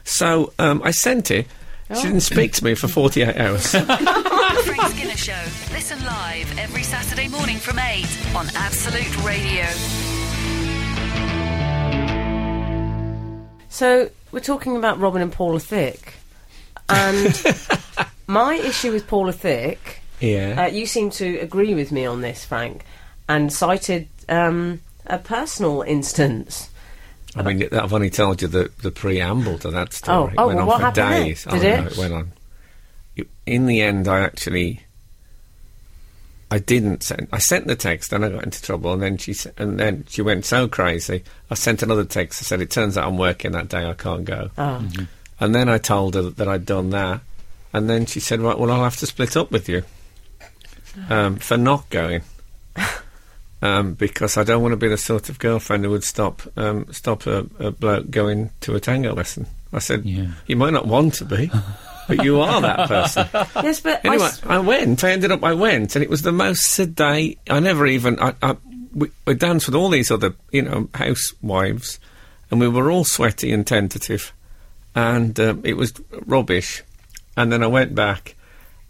Speaker 2: So um, I sent it. She didn't speak to me for 48 hours.
Speaker 1: The Frank Skinner Show. Listen live every Saturday morning from 8 on Absolute Radio.
Speaker 3: So we're talking about Robin and Paula Thick, and my issue with Paula Thick.
Speaker 2: Yeah.
Speaker 3: Uh, you seem to agree with me on this, Frank, and cited um, a personal instance.
Speaker 2: I mean, I've only told you the, the preamble to that story.
Speaker 3: Uh, Oh, oh,
Speaker 2: it went
Speaker 3: well,
Speaker 2: on
Speaker 3: what
Speaker 2: for
Speaker 3: happened then?
Speaker 2: days.
Speaker 3: Did
Speaker 2: I don't
Speaker 3: it?
Speaker 2: know, it went on. You- In the end, I actually, I didn't send. I sent the text, and I got into trouble. And then she s- and then she went so crazy. I sent another text. I said, "It turns out I'm working that day. I can't go."
Speaker 3: Oh.
Speaker 2: And then I told her that I'd done that. And then she said, "Right, well, I'll have to split up with you um, for not going." um, because I don't want to be the sort of girlfriend who would stop um, stop a, a bloke going to a tango lesson. I said,
Speaker 4: Yeah.
Speaker 2: you might not want to be, but you are that person.
Speaker 3: Yes, but I
Speaker 2: anyway,
Speaker 3: s-
Speaker 2: I went. I ended up. I went, and it was the most sedate. I never even. I, I we, I danced with all these other, you know, housewives, and we were all sweaty and tentative, and um, it was rubbish. And then I went back,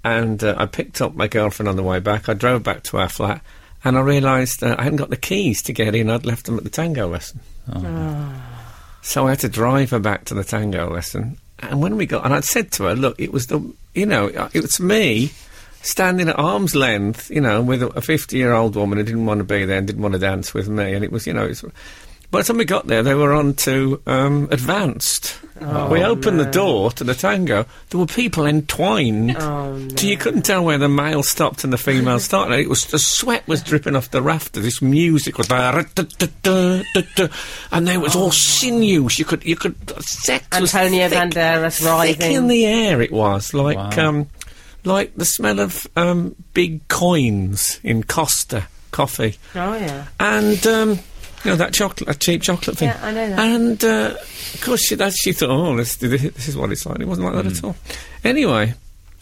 Speaker 2: and uh, I picked up my girlfriend on the way back. I drove back to our flat, and I realised uh, I hadn't got the keys to get in. I'd left them at the tango lesson. So I had to drive her back to the tango lesson. And when we got, and I'd said to her, look, it was the, you know, uh, it was me standing at arm's length, you know, with a 50 year old woman who didn't want to be there and didn't want to dance with me. And it was, you know, it's. By the time we got there, they were on to um, advanced. we opened the door to the tango. There were people entwined.
Speaker 3: Oh, no.
Speaker 2: So you couldn't tell where the male stopped and the female started. It was the sweat was dripping off the rafter. This music was, and they was all sinews. You could, you could, sex was
Speaker 3: Oh. Antonio
Speaker 2: thick-
Speaker 3: Banderas
Speaker 2: thick in
Speaker 3: writhing.
Speaker 2: the air. It was like,
Speaker 4: Wow.
Speaker 2: um, like the smell of um, big coins in Costa coffee
Speaker 3: Oh yeah.
Speaker 2: and um, you know that chocolate, that cheap chocolate thing.
Speaker 3: Yeah, I know that.
Speaker 2: And uh, of course, she, that she thought, oh, this, this is what it's like. It wasn't like that at all. Anyway,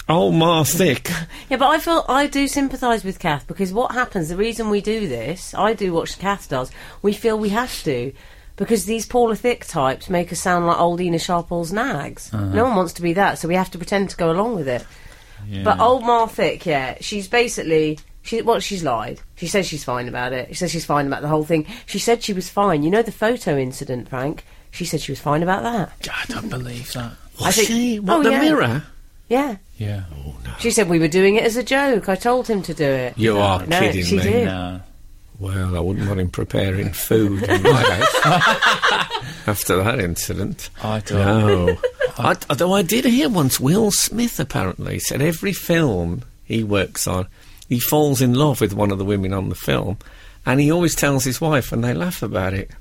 Speaker 2: old Ma Thick.
Speaker 3: Yeah, but I feel I do sympathise with Kath because what happens, the reason we do this, I do what Kath does, we feel we have to because these Paula Thick types make us sound like old Ina Sharple's nags.
Speaker 2: Uh-huh.
Speaker 3: No one wants to be that, so we have to pretend to go along with it. But old Mar Thick, yeah, she's basically. She, well, she's lied. She says she's fine about it. She says she's fine about the whole thing. She said she was fine. You know the photo incident, Frank? She said she was fine about that.
Speaker 4: I don't believe that.
Speaker 2: Was
Speaker 3: think-
Speaker 2: she? What,
Speaker 3: oh,
Speaker 2: the
Speaker 3: yeah.
Speaker 2: mirror?
Speaker 3: Yeah.
Speaker 4: Yeah.
Speaker 3: She said we were doing it as a joke. I told him to do it.
Speaker 2: You are
Speaker 3: No,
Speaker 2: kidding
Speaker 3: she
Speaker 2: me.
Speaker 3: did.
Speaker 4: No.
Speaker 2: Well, I wouldn't want him preparing food in my house after that incident.
Speaker 4: I don't.
Speaker 2: No. I, although I did hear once Will Smith apparently said every film he works on, he falls in love with one of the women on the film, and he always tells his wife, and they laugh about it.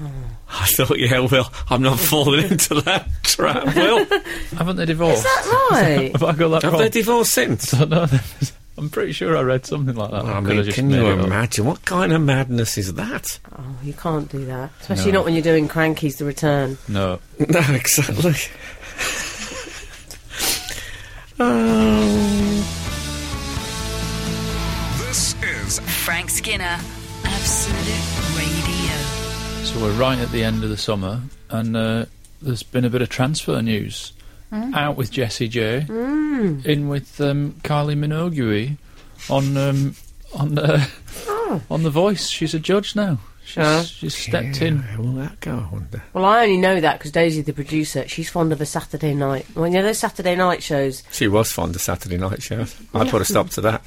Speaker 4: Oh.
Speaker 2: I thought, yeah, well, I'm not falling into that trap. Will,
Speaker 4: Haven't they divorced?
Speaker 3: Is that right?
Speaker 4: Have I got that
Speaker 2: have
Speaker 4: wrong?
Speaker 2: they divorced since?
Speaker 4: I don't know. I'm pretty sure I read something like that.
Speaker 2: I
Speaker 4: Could
Speaker 2: mean,
Speaker 4: just
Speaker 2: can
Speaker 4: made
Speaker 2: you
Speaker 4: it up.
Speaker 2: imagine what kind of madness is that?
Speaker 3: Oh, you can't do that, especially
Speaker 4: No.
Speaker 3: not when you're doing Cranky's The Return.
Speaker 4: No.
Speaker 2: No, exactly. um,
Speaker 5: This is
Speaker 1: Frank Skinner, Absolute Radio.
Speaker 4: So we're right at the end of the summer, and uh, there's been a bit of transfer news. Out with Jesse J, in with um, Kylie Minogue on um, on the on the Voice. She's a judge now. She's,
Speaker 3: Huh?
Speaker 4: she's stepped in.
Speaker 2: How will that go? I wonder.
Speaker 3: Well, I only know that because Daisy, the producer, she's fond of a Saturday night. Well, you know those Saturday night shows.
Speaker 2: She was fond of Saturday night shows. I put a stop to that.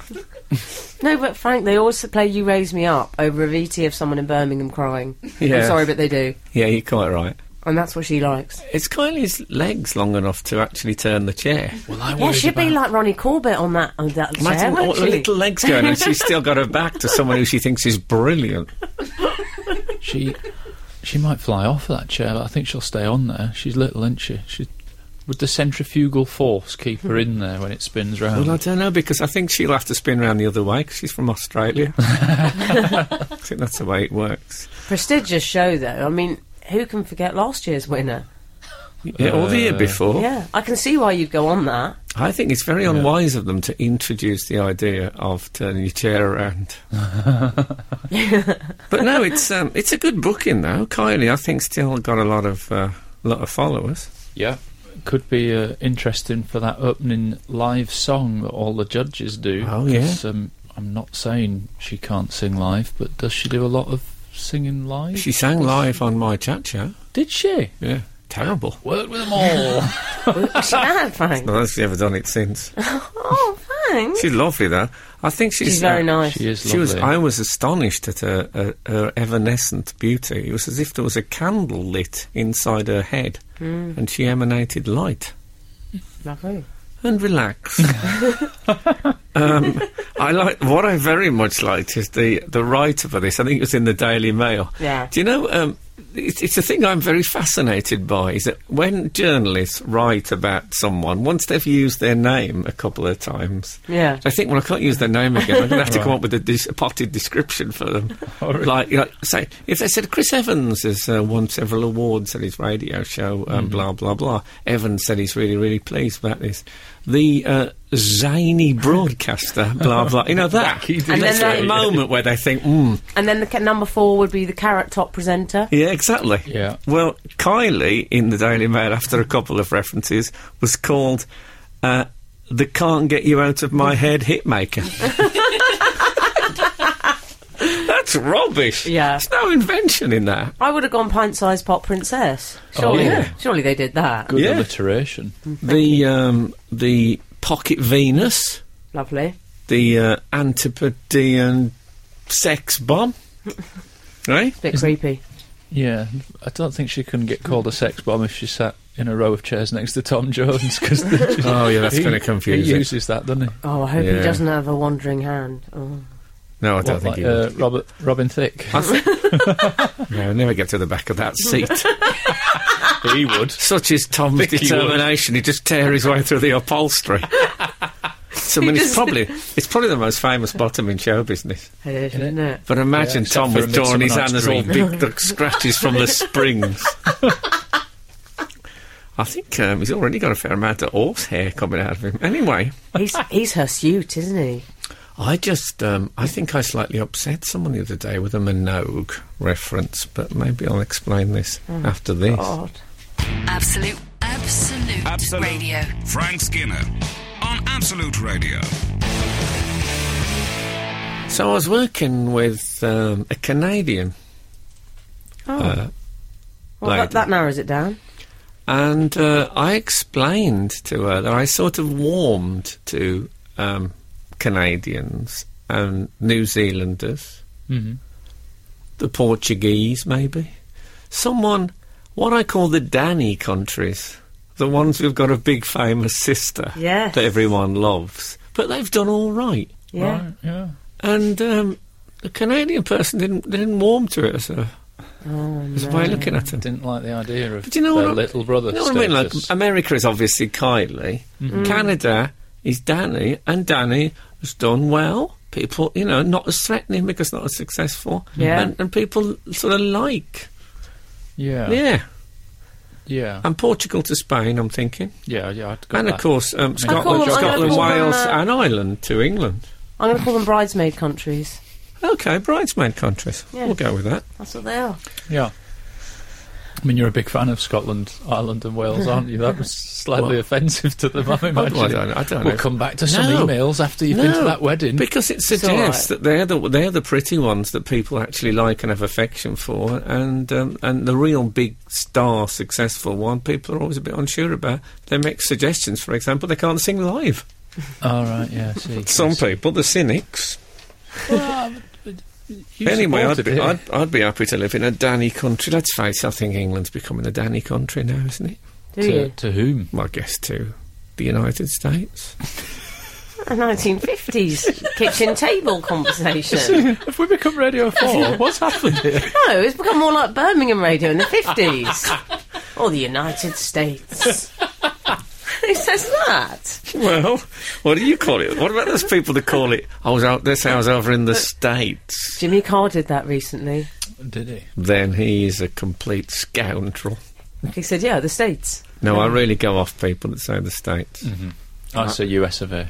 Speaker 3: No, but Frank, they always play "You Raise Me Up" over a VT of someone in Birmingham crying. I'm
Speaker 2: Yeah.
Speaker 3: sorry, but they do,
Speaker 2: Yeah, you're quite right.
Speaker 3: and that's what she likes.
Speaker 2: It's Kylie's legs long enough to actually turn the chair.
Speaker 4: Well, I
Speaker 3: Yeah,
Speaker 4: worried
Speaker 3: she'd be
Speaker 4: about-
Speaker 3: like Ronnie Corbett on that on that chair,
Speaker 2: Imagine all
Speaker 3: wouldn't
Speaker 2: the
Speaker 3: she?
Speaker 2: little legs going, and she's still got her back to someone who she thinks is brilliant.
Speaker 4: she she might fly off that chair, but I think she'll stay on there. She's little, isn't she? She would the centrifugal force keep her in there when it spins round?
Speaker 2: Well, I don't know because I think she'll have to spin round the other way because she's from Australia. I think that's the way it works.
Speaker 3: Prestigious show, though. I mean, who can forget last year's winner?
Speaker 2: Yeah, or the year
Speaker 4: Uh,
Speaker 2: before.
Speaker 3: Yeah, I can see why you'd go on that.
Speaker 2: I think it's very unwise of them to introduce the idea of turning your chair around. but no, it's um, it's a good booking though. Kylie, I think, still got a lot of uh, lot of followers.
Speaker 4: Yeah. Could be uh, interesting for that opening live song that all the judges do.
Speaker 2: Oh, yeah.
Speaker 4: 'cause, Um, I'm not saying she can't sing live, but does she do a lot of singing live?
Speaker 2: She sang live on my chat show.
Speaker 4: Did she?
Speaker 2: Yeah, terrible.
Speaker 4: Worked with them all.
Speaker 3: Is she mad, Frank?
Speaker 2: No, she's never done it since.
Speaker 3: Oh, Frank.
Speaker 2: She's lovely though. I think she's
Speaker 3: She's very
Speaker 2: uh,
Speaker 3: nice.
Speaker 4: she is lovely.
Speaker 2: She was. I was astonished at her, her, her evanescent beauty. It was as if there was a candle lit inside her head,
Speaker 3: Hmm.
Speaker 2: and she emanated light
Speaker 3: Lovely.
Speaker 2: and relax. um, I like what I very much liked is the the writer for this. I think it was in the Daily Mail.
Speaker 3: Yeah.
Speaker 2: Do you know? Um, it's, it's a thing I'm very fascinated by is that when journalists write about someone, once they've used their name a couple of times,
Speaker 3: Yeah.
Speaker 2: I think, well, I can't use their name again. I'm going to have to come up with a, dis- a potted description for them. like, you know, say, if they said Chris Evans has uh, won several awards at his radio show, um, blah, blah, blah. Evans said he's really, really pleased about this. The uh, zany broadcaster, blah, blah. You know, that.
Speaker 4: Wacky
Speaker 3: And then
Speaker 2: That's that
Speaker 3: they-
Speaker 2: moment where they think, hmm,
Speaker 3: And then the ca- number four would be the carrot top presenter.
Speaker 2: yeah, exactly.
Speaker 4: Yeah.
Speaker 2: Well, Kylie in the Daily Mail, after a couple of references, was called uh, the "Can't Get You Out of My Head" hitmaker. That's rubbish.
Speaker 3: Yeah.
Speaker 2: There's no invention in that.
Speaker 3: I would have gone pint-sized pop princess. Surely,
Speaker 4: Oh, yeah.
Speaker 3: surely they did that.
Speaker 4: Good
Speaker 2: Yeah.
Speaker 4: alliteration.
Speaker 2: The um, the pocket Venus,
Speaker 3: Lovely.
Speaker 2: the uh, Antipodean sex bomb, right?
Speaker 3: Bit creepy.
Speaker 4: Yeah, I don't think she can get called a sex bomb if she sat in a row of chairs next to Tom Jones because
Speaker 2: Oh yeah, that's
Speaker 4: he,
Speaker 2: going to confuse
Speaker 4: he
Speaker 2: you.
Speaker 4: uses that, doesn't he?
Speaker 3: Oh, I hope
Speaker 2: Yeah.
Speaker 3: he doesn't have a wandering hand. Oh.
Speaker 2: No, I don't
Speaker 4: What,
Speaker 2: think he
Speaker 4: like, uh,
Speaker 2: would.
Speaker 4: Robert Robin Thicke.
Speaker 2: I think. no, I'll never get to the back of that seat.
Speaker 4: he would.
Speaker 2: Such is Tom's
Speaker 4: Think he
Speaker 2: determination, he would just tear his way through the upholstery. so, I mean, it's probably it's probably the most famous bottom in show business.
Speaker 3: It is, isn't it?
Speaker 2: But imagine
Speaker 4: except
Speaker 2: Tom
Speaker 4: for A
Speaker 2: with Dawn in his
Speaker 4: Midsummer
Speaker 2: hand,
Speaker 4: Night's
Speaker 2: there's all
Speaker 4: Dream.
Speaker 2: big duck scratches from the springs. I think um, he's already got a fair amount of horse hair coming out of him. Anyway,
Speaker 3: He's he's hirsute, isn't he?
Speaker 2: I just um, I think I slightly upset someone the other day with a Minogue reference, but maybe I'll explain this
Speaker 4: Mm.
Speaker 2: after this.
Speaker 4: Oh.
Speaker 3: God.
Speaker 1: Absolute, Absolute,
Speaker 5: Absolute.
Speaker 1: Radio.
Speaker 5: Frank Skinner on Absolute Radio.
Speaker 2: So I was working with um, a Canadian.
Speaker 3: Oh.
Speaker 2: Uh,
Speaker 3: Well,
Speaker 2: like-
Speaker 3: that, that narrows it down.
Speaker 2: and uh, I explained to her that I sort of warmed to um, Canadians and New Zealanders,
Speaker 4: Mhm.
Speaker 2: the Portuguese, maybe. Someone, what I call the Danny countries, the ones who've got a big famous sister
Speaker 3: Yes.
Speaker 2: that everyone loves. But they've done all right.
Speaker 3: Yeah.
Speaker 4: Right, yeah.
Speaker 2: And um, the Canadian person didn't, didn't warm to it as a,
Speaker 3: Oh,
Speaker 2: as a
Speaker 3: no.
Speaker 2: way of looking at him.
Speaker 4: Didn't like the idea of
Speaker 2: Do you know
Speaker 4: their
Speaker 2: what I-
Speaker 4: little brother.
Speaker 2: You know what I mean? Like um,
Speaker 4: status. Mm-hmm.
Speaker 2: America is obviously Kylie, Canada is Danny, and Danny has done well. People, you know, not as threatening because not as successful.
Speaker 3: Yeah.
Speaker 2: And, and people sort of like.
Speaker 4: Yeah.
Speaker 2: Yeah.
Speaker 4: Yeah.
Speaker 2: And Portugal to Spain, I'm thinking.
Speaker 4: Yeah. Yeah. I'd go
Speaker 2: And of
Speaker 4: that.
Speaker 2: course, um, Scotland,
Speaker 3: call them- I
Speaker 2: Scotland,
Speaker 3: call them,
Speaker 2: Wales,
Speaker 3: uh,
Speaker 2: and Ireland to England.
Speaker 3: I'm going to call them bridesmaid countries.
Speaker 2: Okay, bridesmaid countries.
Speaker 3: Yeah.
Speaker 2: We'll go with that.
Speaker 3: That's what they are.
Speaker 4: Yeah. I mean, you're a big fan of Scotland, Ireland, and Wales, aren't you? That was slightly offensive to them, I'm
Speaker 2: I
Speaker 4: imagining.
Speaker 2: don't- I don't
Speaker 4: we'll
Speaker 2: know.
Speaker 4: come back to some
Speaker 2: No.
Speaker 4: emails after you've been to that wedding.
Speaker 2: Because it
Speaker 3: all
Speaker 2: suggests
Speaker 3: right.
Speaker 2: that they're the they're the pretty ones that people actually like and have affection for, and um, and the real big star successful one people are always a bit unsure about. They make suggestions, for example, they can't sing live.
Speaker 4: All right, yeah, I see.
Speaker 2: Some people, the cynics.
Speaker 4: You
Speaker 2: anyway, I'd
Speaker 4: supported
Speaker 2: be, I'd,
Speaker 4: it.
Speaker 2: I'd be happy to live in a Danny country. Let's face, it, I think England's becoming a Danny country now, isn't it?
Speaker 3: Do
Speaker 4: to,
Speaker 3: you?
Speaker 4: to whom?
Speaker 2: Well, I guess to the United States.
Speaker 3: 1950s Ah, kitchen table conversation.
Speaker 4: Have we become Radio 4? What's happened here?
Speaker 3: No, it's become more like Birmingham radio in the 50s. or the United States. Who says that?
Speaker 2: Well, what do you call it? What about those people that call it? I was out. This I was over in the states.
Speaker 3: Jimmy Carr did that recently.
Speaker 4: Did he?
Speaker 2: Then he is a complete scoundrel.
Speaker 3: He said, yeah, the States.
Speaker 2: No, I really go off people that say the states.
Speaker 4: I say US of A.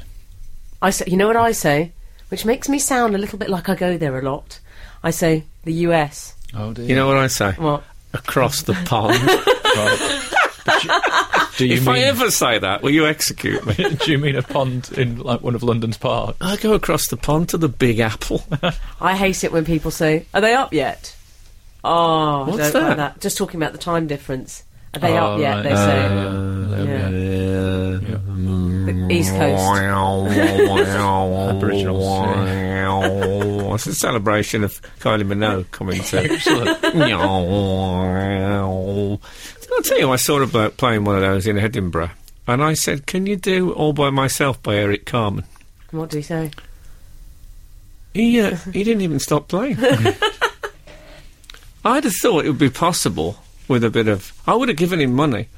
Speaker 3: I say, you know what I say? Which makes me sound a little bit like I go there a lot. I say, the US.
Speaker 4: Oh, dear.
Speaker 2: You know what I say?
Speaker 3: What?
Speaker 2: Across the pond.
Speaker 4: Right. But you- do, you
Speaker 2: if I
Speaker 4: mean,
Speaker 2: ever say that, will you execute me?
Speaker 4: do you mean a pond in like one of London's parks?
Speaker 2: I go across the pond to the Big Apple.
Speaker 3: I hate it when people say, are they up yet? Oh, I
Speaker 2: What's
Speaker 3: don't
Speaker 2: that?
Speaker 3: like that. Just talking about the time difference. Are they
Speaker 4: Oh,
Speaker 3: up yet?
Speaker 4: right.
Speaker 3: They
Speaker 4: Uh,
Speaker 3: say.
Speaker 4: there we
Speaker 3: Yeah.
Speaker 4: go.
Speaker 3: The East Coast.
Speaker 4: Aboriginals,
Speaker 2: It's a celebration of Kylie Minogue coming to. I'll tell you, I saw a bloke playing one of those in Edinburgh, and I said, "Can you do All by Myself" by Eric Carmen?
Speaker 3: What do you say?
Speaker 2: He uh, he didn't even stop playing. I'd have thought it would be possible with a bit of. I would have given him money.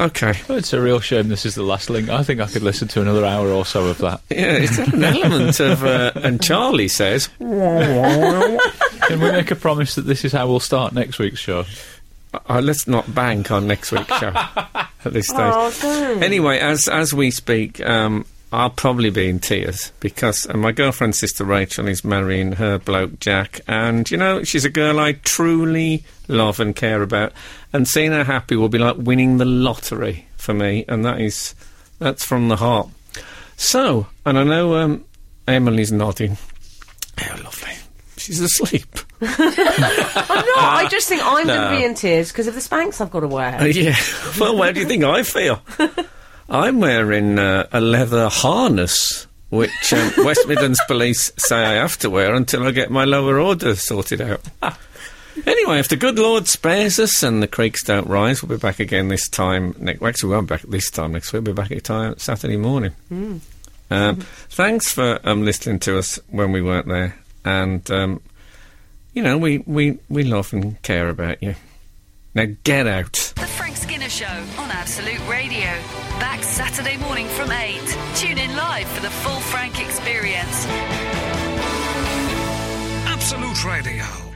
Speaker 2: Okay.
Speaker 4: Oh, it's a real shame this is the last link. I think I could listen to another hour or so of that.
Speaker 2: Yeah, it's got an element of. Uh, and Charlie says.
Speaker 4: Can we make a promise that this is how we'll start next week's show?
Speaker 2: Uh, let's not bank on next week's show at this stage.
Speaker 3: Oh, don't.
Speaker 2: Anyway, as as we speak, um, I'll probably be in tears because uh, my girlfriend's sister Rachel is marrying her bloke Jack, and you know she's a girl I truly love and care about, and seeing her happy will be like winning the lottery for me, and that is that's from the heart. So, and I know um, Emily's nodding. How lovely. She's asleep.
Speaker 3: I'm not. I just think I'm going
Speaker 2: no.
Speaker 3: to be in tears because of the spanks I've got to wear.
Speaker 2: Uh, yeah. Well, where do you think I feel? I'm wearing uh, a leather harness, which um, West Midlands police say I have to wear until I get my lower order sorted out. Anyway, if the good Lord spares us and the creeks don't rise, we'll be back again this time. Next, well, actually, we won't be back this time next week. We'll be back at time Saturday morning. Um, thanks for um, listening to us when we weren't there, and um, you know we, we we love and care about you. Now get out.
Speaker 1: The Frank Skinner Show on Absolute Radio. Back Saturday morning from 8. Tune in live for the full Frank experience.
Speaker 5: Absolute Radio.